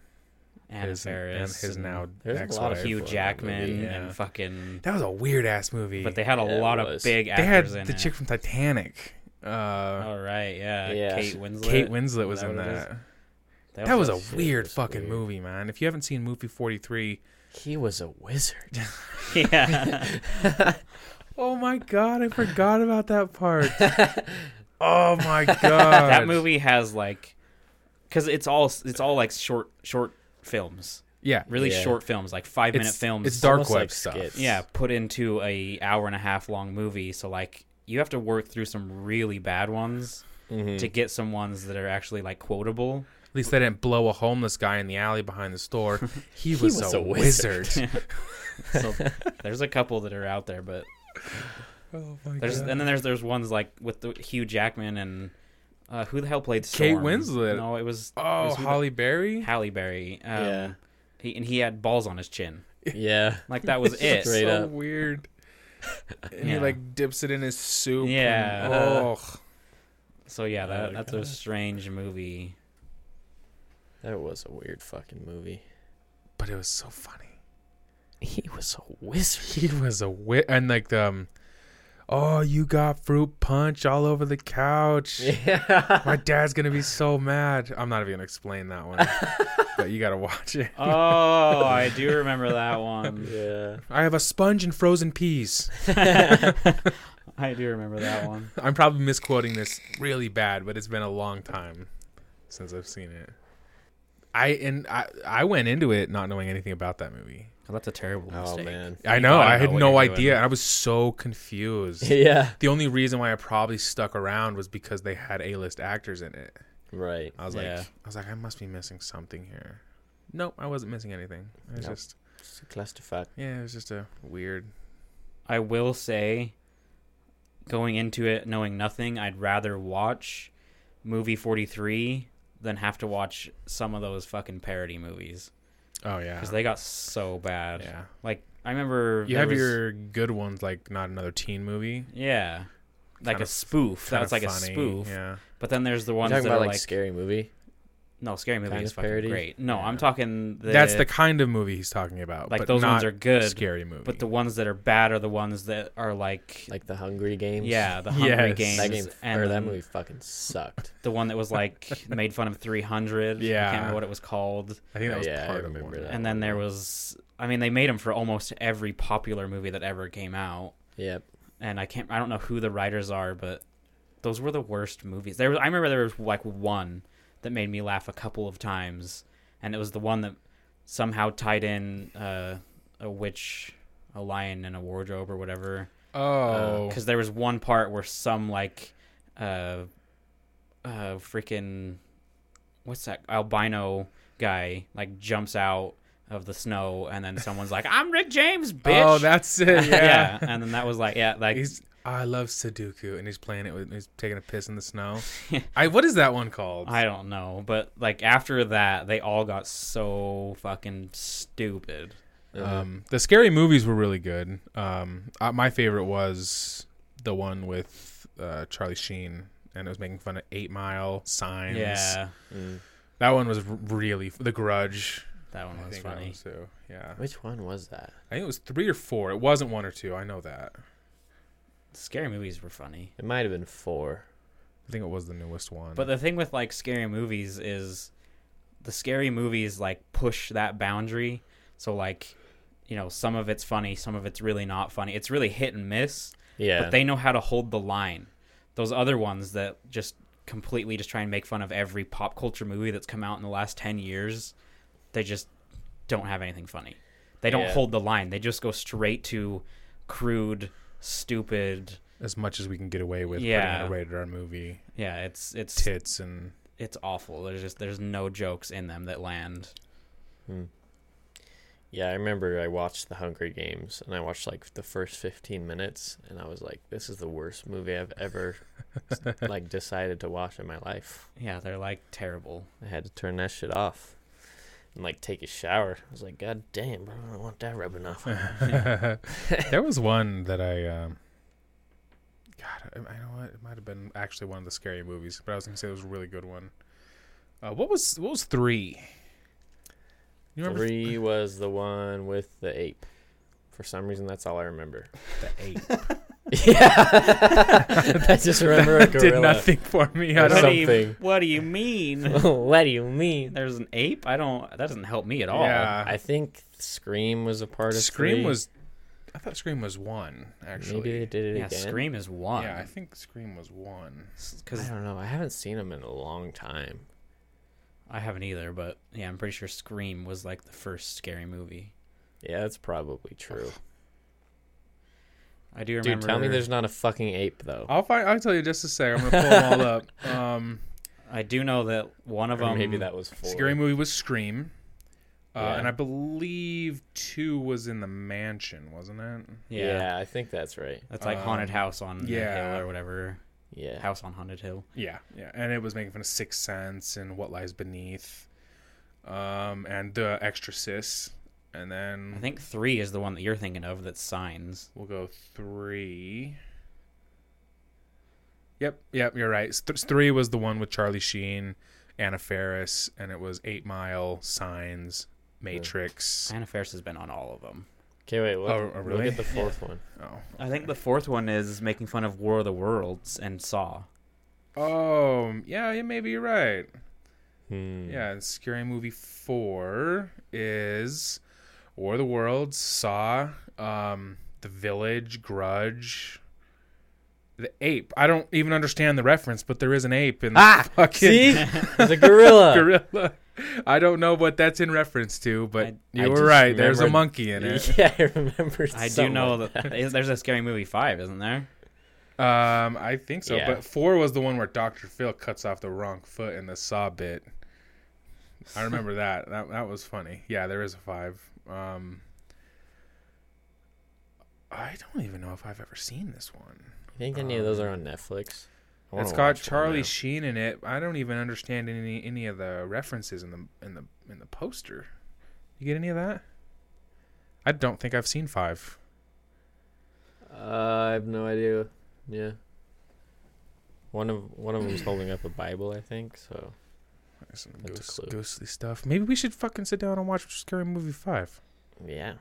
Anna his, and Faris his now There's a ex lot of wife Faithful Hugh in that Jackman movie, yeah. and fucking. that was a weird ass movie But they had a Yeah, it lot of was. big they had actors in the it. chick from titanic Uh, All right, yeah. Yeah. Kate Winslet. Kate Winslet was Is that in what it is? that. That was a shit weird was fucking weird. movie, man. If you haven't seen movie 43, He was a wizard. yeah. oh my god, I forgot about that part. oh my god. that movie has like, because it's all it's all like short short films, Yeah. really Yeah. short films, like five minute It's- films. it's dark Almost web like stuff. skits. yeah, put into a hour and a half long movie. So like, you have to work through some really bad ones Mhm. to get some ones that are actually like quotable. At least they didn't blow a homeless guy in the alley behind the store. He, was, was a, a wizard. So there's a couple that are out there, but oh my there's and then there's there's ones like with the, Hugh Jackman and uh, who the hell played Kate Storm? Winslet. No, it was it oh, was who the- Holly Berry? Halle Berry. Um, Yeah. He, and he had balls on his chin. Yeah. Like that was it. Straight so up. weird. And he Yeah. like dips it in his soup. and- Yeah. oh. So yeah, that, Oh, that's God. a strange movie. That was a weird fucking movie. But it was so funny. He was a wizard. He was a wit, and like um, oh, you got fruit punch all over the couch. Yeah. My dad's gonna be so mad. I'm not even gonna explain that one, but you gotta watch it. Oh, I do remember that one. yeah. I have a sponge and frozen peas. I do remember that one. I'm probably misquoting this really bad, but it's been a long time since I've seen it. I and I I went into it not knowing anything about that movie. Oh, that's a terrible Oh mistake. man. I know gotta I had know what no you're doing. idea. I was so confused. Yeah. the only reason why I probably stuck around was because they had A-list actors in it. Right. I was Yeah. like, I was like, I must be missing something here. Nope, I wasn't missing anything. It was Nope. just, It's a clusterfuck. yeah, it was just a weird. I will say, going into it knowing nothing, I'd rather watch movie 43 than have to watch some of those fucking parody movies Oh yeah, because they got so bad. yeah. Like I remember You there have was- your good ones like not another teen movie. yeah, like Kinda a spoof. That Kinda was like funny, a spoof. Yeah. But then there's the You ones that talking about are like, like scary movie? no scary movie kind is of fucking parodies? great. No, I'm Yeah. talking the, That's the kind of movie he's talking about. like but those ones not are good, scary movie. but the ones that are bad are the ones that are like, Like the Hungry Games? yeah, the Hungry Yes. Games That game and or that then movie fucking sucked. the one that was like made fun of 300. I Yeah. can't remember what it was called. I think that was Yeah, I part of remember one. that. and then there was, I mean, they made them for almost every popular movie that ever came out. yep. and I can't I don't know who the writers are, but those were the worst movies. There was I remember there was like one that made me laugh a couple of times, and it was the one that somehow tied in uh, a witch, a lion, and a wardrobe or whatever. Oh, Because there was one part where some like, uh, uh, freaking, what's that albino guy like jumps out of the snow, and then someone's like, "I'm Rick James, bitch." oh, that's it. Yeah. yeah. and then that was like yeah like He's I love Sudoku, and he's playing it with he's taking a piss in the snow. I what is that one called? I don't know, but like after that, they all got so fucking stupid. Um, uh, the scary movies were really good. Um, uh, my favorite was the one with uh, Charlie Sheen, and it was making fun of Eight Mile signs. Yeah, Mm. that one was r- really The Grudge. that one I was think that Oh, funny. was too. Yeah, Which one was that? I think it was three or four. It wasn't one or two. I know that. Scary movies were funny, It might have been four. I think it was the newest one. but the thing with like scary movies is the scary movies like push that boundary. So like, you know, some of it's funny, some of it's really not funny. It's really hit and miss, Yeah. but they know how to hold the line. Those other ones that just completely just try and make fun of every pop culture movie that's come out in the last 10 years, they just don't have anything funny. They don't Yeah. hold the line. They just go straight to crude, stupid. as much as we can get away with, Yeah. putting out a rated R movie, Yeah, it's it's tits and it's awful. There's just there's no jokes in them that land. Yeah, I remember I watched The Hunger Games and I watched like the first 15 minutes and I was like, this is the worst movie I've ever like decided to watch in my life. Yeah, they're like terrible. I had to turn that shit off and like take a shower. I was like, God damn, bro, I don't want that rubbing off. on me." there was one that I, um, God, I, I know what it might have been actually one of the scary movies, but I was gonna say it was a really good one. Uh, what was what was three? You remember? Three was the one with the ape For some reason, that's all I remember. The ape. yeah, I just remember a gorilla. Did nothing for me. I Or don't what, do know. you, something. what do you mean? what do you mean? There's an ape? I don't. That doesn't help me at all. Yeah. I think Scream was a part of Scream three. was. I thought Scream was one actually. Maybe they did it Yeah, again. Scream is one. Yeah, I think Scream was one. I Because don't know. I haven't seen them in a long time. I haven't either, but yeah, I'm pretty sure Scream was like the first scary movie. Yeah, that's probably true. I do remember. Dude, tell me there's not a fucking ape though. I'll find. I'll tell you just a second. I'm gonna pull them all up. Um, I do know that one of Or them. maybe that was four. scary movie was Scream, uh, Yeah. and I believe two was in the mansion, wasn't it? Yeah. yeah, I think that's right. That's like haunted Um, house on yeah. yeah. hill or whatever. Yeah. House on haunted hill. Yeah, yeah, and it was making fun of Sixth Sense and What Lies Beneath, um, and The Exorcist, and then I think three is the one that you're thinking of. That's signs. we'll go three. Yep, yep, you're right. S- th- three was the one with Charlie Sheen, Anna Faris, and it was Eight Mile, Signs, Matrix. Anna Faris has been on all of them. Okay, wait. Look, Oh, oh, really? look at the fourth one. Oh, I think the fourth one is making fun of War of the Worlds and Saw. oh, yeah, yeah, maybe you're right. Hmm. Yeah, and Scary Movie Four is War of the Worlds, Saw, um, The Village, Grudge, The Ape. I don't even understand the reference, but there is an ape in the Ah, fucking see, there's a gorilla. gorilla. I don't know what that's in reference to, but I- you I were just right. There's a remembered- monkey in it. Yeah, I remember. I do something know like that is- there's a scary movie five, isn't there? Um, I think so. Yeah. But four was the one where Doctor Phil cuts off the wrong foot in the saw bit. I remember that. That that was funny. Yeah, there is a five. Um, I don't even know if I've ever seen this one. You think any of those are on Netflix? I wanna It's watch got one Charlie now. Sheen in it. I don't even understand any any of the references in the in the in the poster. You get any of that? I don't think I've seen five. Uh, I have no idea. Yeah. One of one of them's holding up a Bible, I think. So There's some That's a ghost- clue. ghostly stuff. Maybe we should fucking sit down and watch Scary Movie Five. yeah.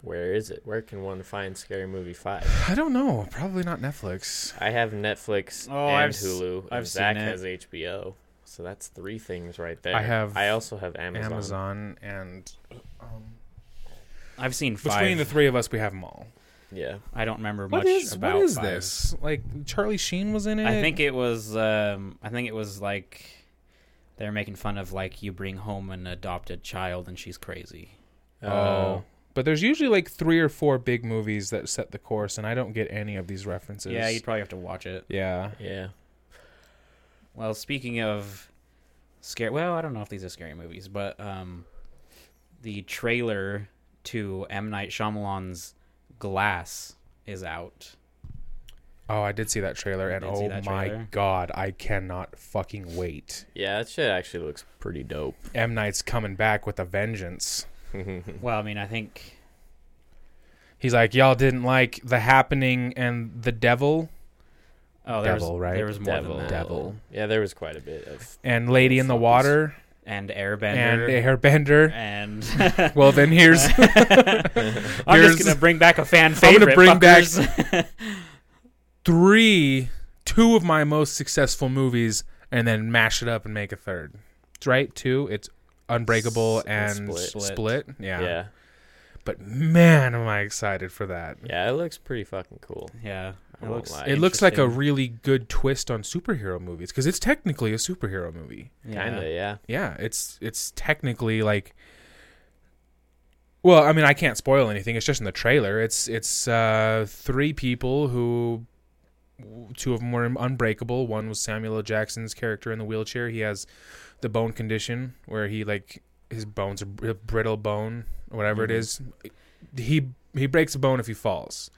Where is it? Where can one find Scary Movie Five? I don't know. Probably not Netflix. I have Netflix Oh, and I've s- Hulu. and I've seen Zach it. has HBO. So that's three things right there. I have I also have Amazon, Amazon. and um, I've seen between five. the three of us, we have them all. Yeah. I don't remember What much is about what is five. this? Like Charlie Sheen was in it. I think it was. Um, I think it was like they're making fun of like you bring home an adopted child and she's crazy. Oh, Uh, but there's usually like three or four big movies that set the course, and I don't get any of these references. Yeah, you'd probably have to watch it. yeah. yeah. Well, speaking of scary, well, I don't know if these are scary movies, but um, the trailer to M Night Shyamalan's Glass is out. Oh, I did see that trailer, and did see oh that my trailer. god, I cannot fucking wait. Yeah, that shit actually looks pretty dope. M Night's coming back with a vengeance. Well, I mean, I think He's like, y'all didn't like The Happening and The Devil oh, there Devil, was right? there was more Devil. than that, Devil. Yeah, there was quite a bit of and Lady in the Fuck this. Water and and Airbender Airbender. and. Well, then here's I'm just Here's- gonna bring back a fan gonna favorite. bring back- fuckers. three, two of my most successful movies, and then mash it up and make a third. It's right, two. It's Unbreakable S- and and Split. Split. Yeah. yeah. But man, am I excited for that. Yeah, it looks pretty fucking cool. yeah, I won't lie. It looks like a interesting. really good twist on superhero movies because it's technically a superhero movie. Yeah. Kinda, yeah. Yeah, it's it's technically like. Well, I mean, I can't spoil anything. It's just in the trailer. It's it's uh, three people who, two of them were unbreakable. One was Samuel L. Jackson's character in the wheelchair. He has the bone condition where he like his bones are br- brittle bone, or whatever it Mhm. is. He he breaks a bone if he falls,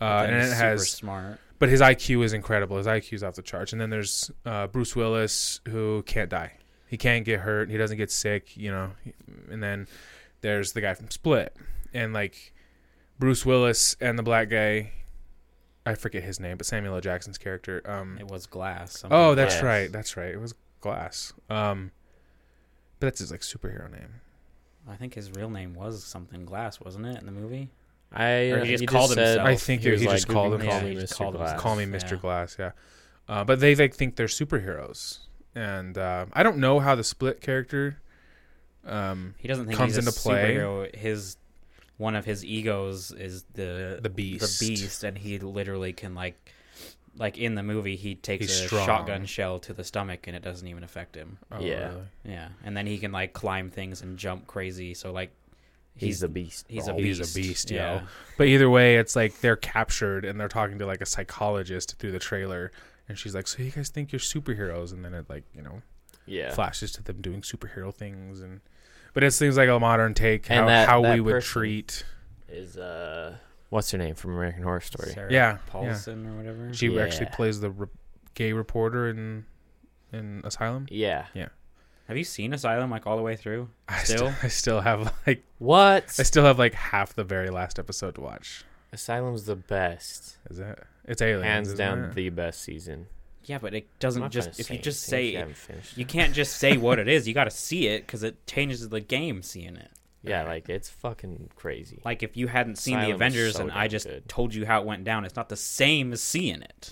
But uh, then and he's it super has smart. but his IQ is incredible. His IQ is off the charts. And then there's uh, Bruce Willis who can't die. He can't get hurt. He doesn't get sick. You know. And then there's the guy from Split, and like Bruce Willis and the black guy. I forget his name, but Samuel L. Jackson's character. Um, It was glass. something oh, like that's Glass. right. That's right. It was Glass. Um, but that's his like superhero name. I think his real name was something Glass, wasn't it, in the movie? I Or uh, he just called said- himself. I think he, was he like, just "You called can him- Call yeah, me he just Mr. called him- Glass. Call me Glass, Mr. yeah. Glass, yeah. Uh, but they like think they're superheroes, and uh, I don't know how the split character. Um, He doesn't think Comes he's a into play. superhero. His one of his egos is the the beast. the beast, and he literally can like, like in the movie, he takes He's a strong. shotgun shell to the stomach, and it doesn't even affect him. Oh, Yeah. really? Yeah, and then he can like climb things and jump crazy. So like, He's the beast. he's a Oh, beast. he's a beast, yo. Yeah, But either way, it's like they're captured and they're talking to like a psychologist through the trailer, and she's like, "So you guys think you're superheroes?" And then it like you know Yeah. flashes to them doing superhero things, and but it's things like a modern take And how, that- how that we would person- treat. Is uh, what's her name from American Horror Story? Sarah Yeah, Paulson or whatever. She actually Yeah. plays the re- gay reporter in in Asylum. Yeah. Have you seen Asylum like all the way through? I Still? still, I still have like What? I still have like half the very last episode to watch. Asylum's the best. Is it? It's aliens. Hands isn't down, it? the best season. Yeah, but it I'm doesn't not just trying to if you just anything if say you it, haven't finished. you can't just say what it is. You got to see it because it changes the game seeing it. yeah, like it's fucking crazy. Like if you hadn't seen Asylum the is Avengers so and I damn just good. told you how it went down, it's not the same as seeing it.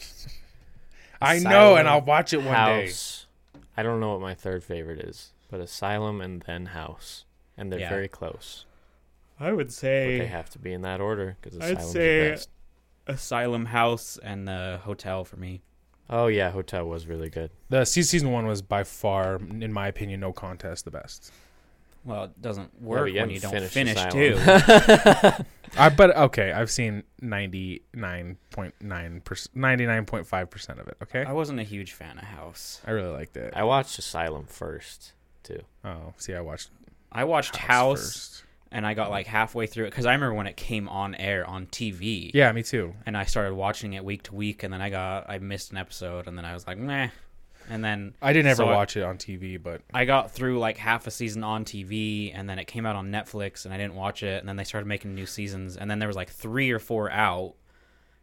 I know, Asylum, and I'll watch it one day. House. I don't know what my third favorite is, but Asylum and then House, and they're Yeah. very close. I would But say they have to be in that order because I'd Asylum's say- the best. Asylum House and the hotel for me. Oh yeah, Hotel was really good. The se- season one was by far, in my opinion, no contest the best. Well, it doesn't but work you when haven't you don't finished finish too. Asylum. I but okay, I've seen ninety nine point nine percent, ninety nine point five percent of it. Okay, I wasn't a huge fan of House. I really liked it. I watched Asylum first too. Oh, see, I watched I watched House, House, first. and I got like halfway through it because I remember when it came on air on TV. Yeah, me too. and I started watching it week to week, and then I got I missed an episode, and then I was like, meh. And then I didn't ever So I- watch it on TV, but I got through like half a season on TV, and then it came out on Netflix, and I didn't watch it. And then they started making new seasons, and then there was like three or four out,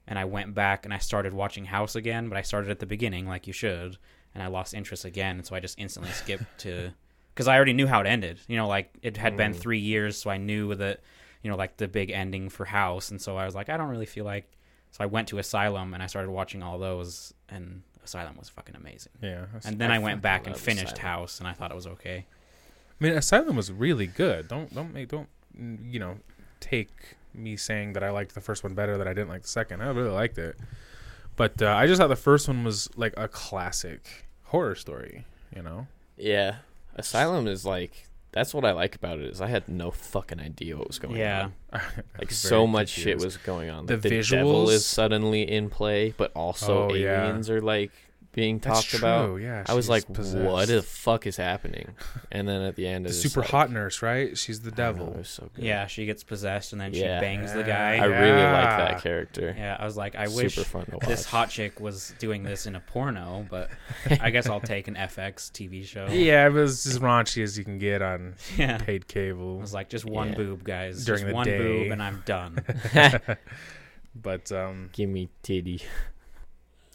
and I went back and I started watching House again, but I started at the beginning, like you should, and I lost interest again, and so I just instantly skipped to because I already knew how it ended. You know, like it had been Mm. three years, so I knew that you know like the big ending for House, and so I was like, I don't really feel like. So I went to Asylum and I started watching all those, and Asylum was fucking amazing. yeah. And then I, I went fucking back and love finished Asylum. House, and I thought it was okay. I mean, Asylum was really good. Don't don't make don't mm, you know take me saying that I liked the first one better that I didn't like the second. I really liked it, but uh, I just thought the first one was like a classic horror story. You know, Yeah, Asylum is like that's what I like about it is I had no fucking idea what was going Yeah. on. I Like was so very much shit confused. was going on. The Like, devil visuals- is suddenly in play, but also Oh, yeah. aliens are like being That's talked about. true, Yeah, I was she's like, what possessed. the fuck is happening? And then at the end, the it's super like, hot nurse, right? She's the I don't know, devil. it was so good. Yeah, she gets possessed and then she Yeah. bangs the I- guy. I really like Yeah. that character. yeah, I was like, I wish super fun to watch. this hot chick was doing this in a porno, but I guess I'll take an FX TV show. Yeah, it was as raunchy as you can get on Yeah. paid I cable. was like, just one Yeah. boob, guys. During just the one day. boob, and I'm done. But um, Give me titty.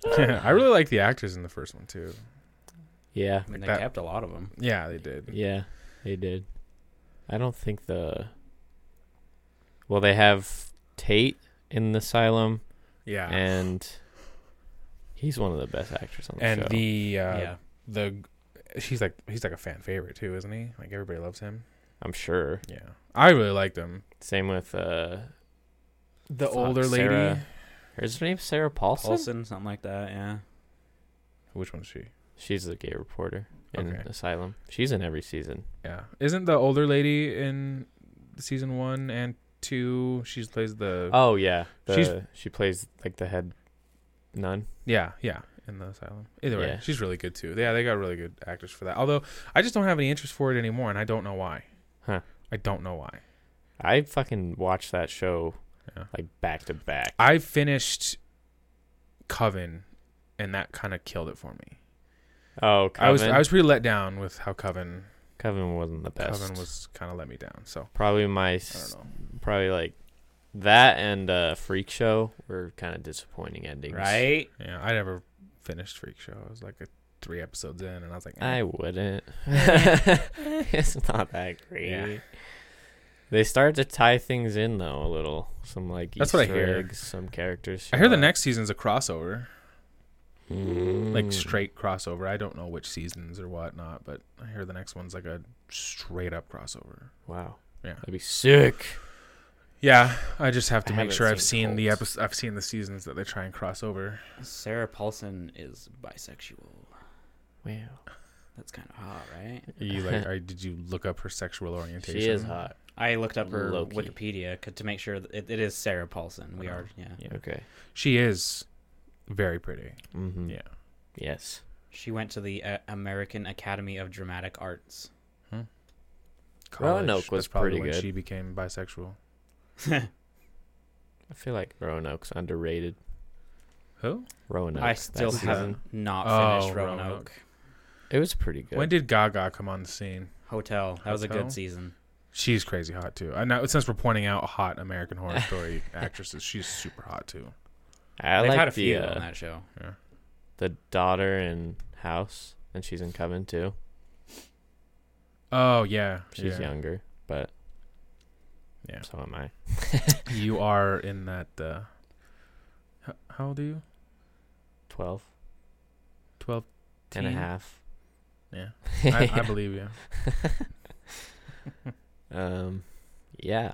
I really like the actors in the first one too. Yeah, I mean, they That- kept a lot of them. Yeah, they did. yeah, they did. I don't think the. Well, they have Tate in the asylum, Yeah, and he's one of the best actors on the and show. the uh, yeah. the he's like he's like a fan favorite too, isn't he? Like everybody loves him. I'm sure. Yeah, I really liked him. Same with uh, The fuck, older lady. Sarah- Is her name Sarah Paulson? Paulson, something like that, yeah. Which one's she? She's the gay reporter in Okay. Asylum. She's in every season. Yeah, isn't the older lady in season one and two? She plays the Oh yeah, the, She's- she plays like the head nun. yeah yeah in the asylum. Either way, Yeah. she's really good too. Yeah, they got really good actors for that. Although I just don't have any interest for it anymore, and I don't know why. Huh. I don't know why. I fucking watched that show Yeah. like back to back. I finished Coven, and that kind of killed it for me. Oh, Coven. I was I was pretty let down with how Coven Coven wasn't the best. Coven was kind of let me down. So probably my I don't s- know. probably like that and uh, Freak Show were kind of disappointing endings. Right? Yeah, I never finished Freak Show. I was like a, three episodes in, and I was like, eh. I wouldn't. it's not that great. Yeah. They start to tie things in though a little. Some like That's Easter what I hear. eggs, some characters. I hear the show up. next season's a crossover, like Mm. straight crossover. I don't know which seasons or whatnot, but I hear the next one's like a straight up crossover. Wow. Yeah. That'd be sick. Yeah, I just have to I make haven't sure I've seen seen the Colts. episode. I've seen the seasons that they try and cross over. Sarah Paulson is bisexual. Wow. That's kind of hot, right? Are you like, are, did you look up her sexual orientation? She is hot. I looked up her Low-key. Wikipedia c- to make sure that it, it is Sarah Paulson. We Oh. are, yeah. Yeah, Okay. She is very pretty. Mm-hmm. Yeah. Yes. She went to the uh, American Academy of Dramatic Arts. College, Roanoke was that's probably pretty when good. She became bisexual. I feel like Roanoke's underrated. Who? Roanoke. I that still that's- haven't not Oh, finished Roanoke. Roanoke. It was pretty good. When did Gaga come on the scene? Hotel. That was a Hotel? good season. She's crazy hot too. I know since we're pointing out hot American Horror Story actresses, she's super hot too. I They've like had a the few uh, on that show. the daughter in House, and she's in Coven too. Oh yeah, She's yeah. younger, but Yeah. so am I. You are in that. Uh, h- how old are you? Twelve Twelve. and a Teen? half. Yeah, I, I believe you. um, yeah.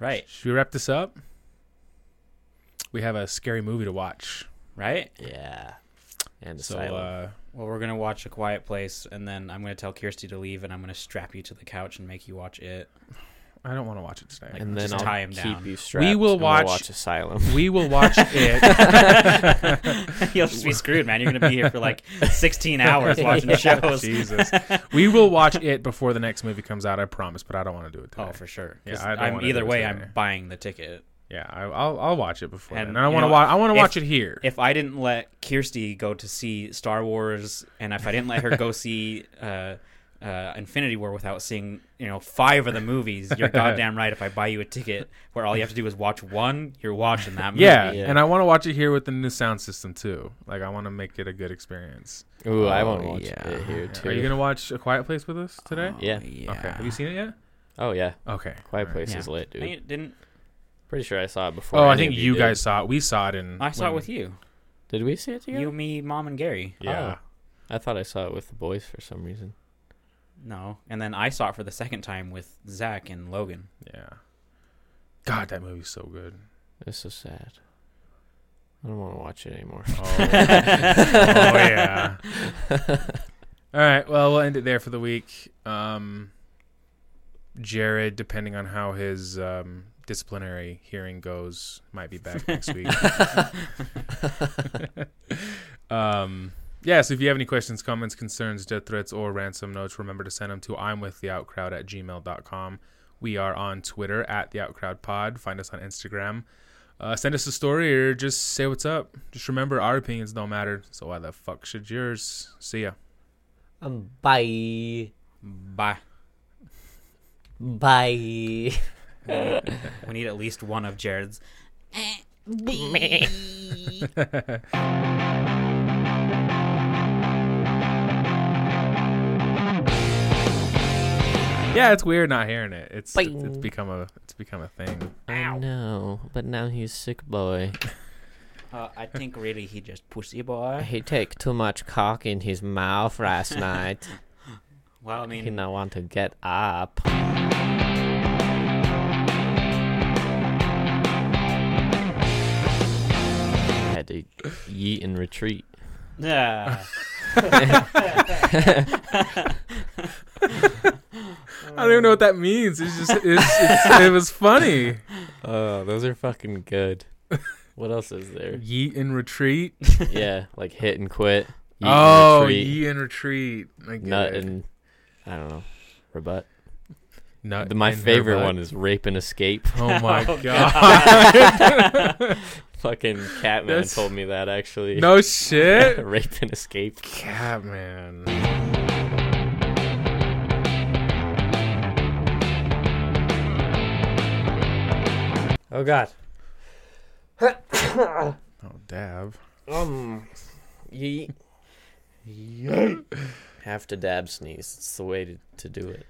Right, Should we wrap this up? We have a scary movie to watch. right? Yeah. And So Asylum. uh, Well, we're going to watch A Quiet Place, and then I'm going to tell Kirsty to leave, and I'm going to strap you to the couch and make you watch it. I don't want to watch it today. and then just I'll tie 'em keep down. you strapped. will and we'll watch- watch Asylum. we will watch it. You'll just be screwed, man. You're going to be here for like 16 hours watching shows. Jesus. We will watch it before the next movie comes out. I promise, but I don't want to do it today. Oh, for sure. Yeah, 'Cause I don't I'm wanna either do it way. today. I'm buying the ticket. Yeah, I, I'll I'll watch it before. And then. And I you want to know, watch. I want to if- watch it here. If I didn't let Kirsty go to see Star Wars, and if I didn't let her go see uh, uh, Infinity War without seeing you know five of the movies, you're goddamn right. If I buy you a ticket where all you have to do is watch one, you're watching that movie. yeah, Yeah. and I want to watch it here with the new sound system too. Like I want to make it a good experience. Ooh, I won't Oh, watch yeah. it here too. Are you gonna watch A Quiet Place with us today? Oh, Yeah. Oh, Okay. Have you seen it yet? Oh yeah, Okay. Quiet All right. Place Yeah. is lit, dude. I mean, didn't Pretty sure I saw it before. Oh, I any think of you did. guys saw it. We saw it in. I saw it when- with you? Did we see it together? You, me, mom, and Gary. Yeah. I thought I saw it with the boys for some reason. No, and then I saw it for the second time with Zach and Logan. Yeah. God, that movie's so good. It's so sad. I don't want to watch it anymore. Oh, oh yeah. All right. Well, we'll end it there for the week. Um, Jared, depending on how his um, disciplinary hearing goes, might be back next week. um, yeah. So if you have any questions, comments, concerns, death threats, or ransom notes, remember to send them to I'm with the outcrowd at gmail.com. We are on Twitter at the outcrowd pod. Find us on Instagram. Uh, send us a story or just say what's up. Just remember, our opinions don't matter. So why the fuck should yours? See ya. Um, bye. Bye. Bye. We need at least one of Jared's. Yeah, it's weird not hearing it. It's it's, it's become a it's become a thing. I know, but now he's sick boy. Uh, I think really he just pussy boy. He take too much cock in his mouth last night. Well, I He mean, not want to get up. Had to yeet and retreat. yeah. I don't even know what that means. It's just it's, it's, it was funny. Oh, those are fucking good. What else is there? Yeet and retreat. yeah, like hit and quit. Yeet oh, and retreat. yeet and retreat. I get nut it. and I don't know. Rebut. Nut The- my in her favorite butt. one is rape and escape. Oh my god. Fucking Catman That's- told me that actually. No shit. rape and escape. Catman. Oh god. Oh dab. Um. Yeet. Have to dab sneeze. It's the way to, to do it.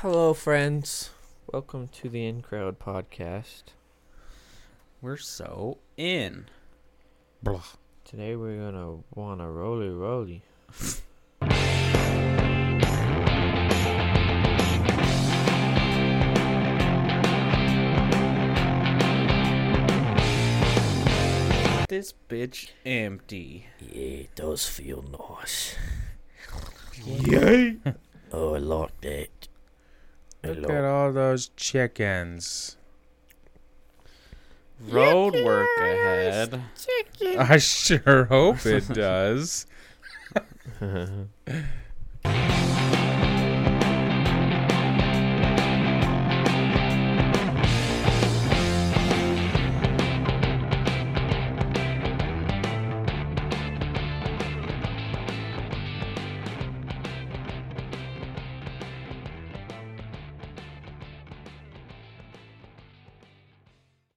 Hello, friends. Welcome to the In Crowd podcast. We're so in. Blah. Today we're gonna wanna roly roly. This bitch empty. Yeah, it does feel nice. Yay! Oh, I like that. I Look like- at all those chickens. Road work ahead. I sure hope it does. That's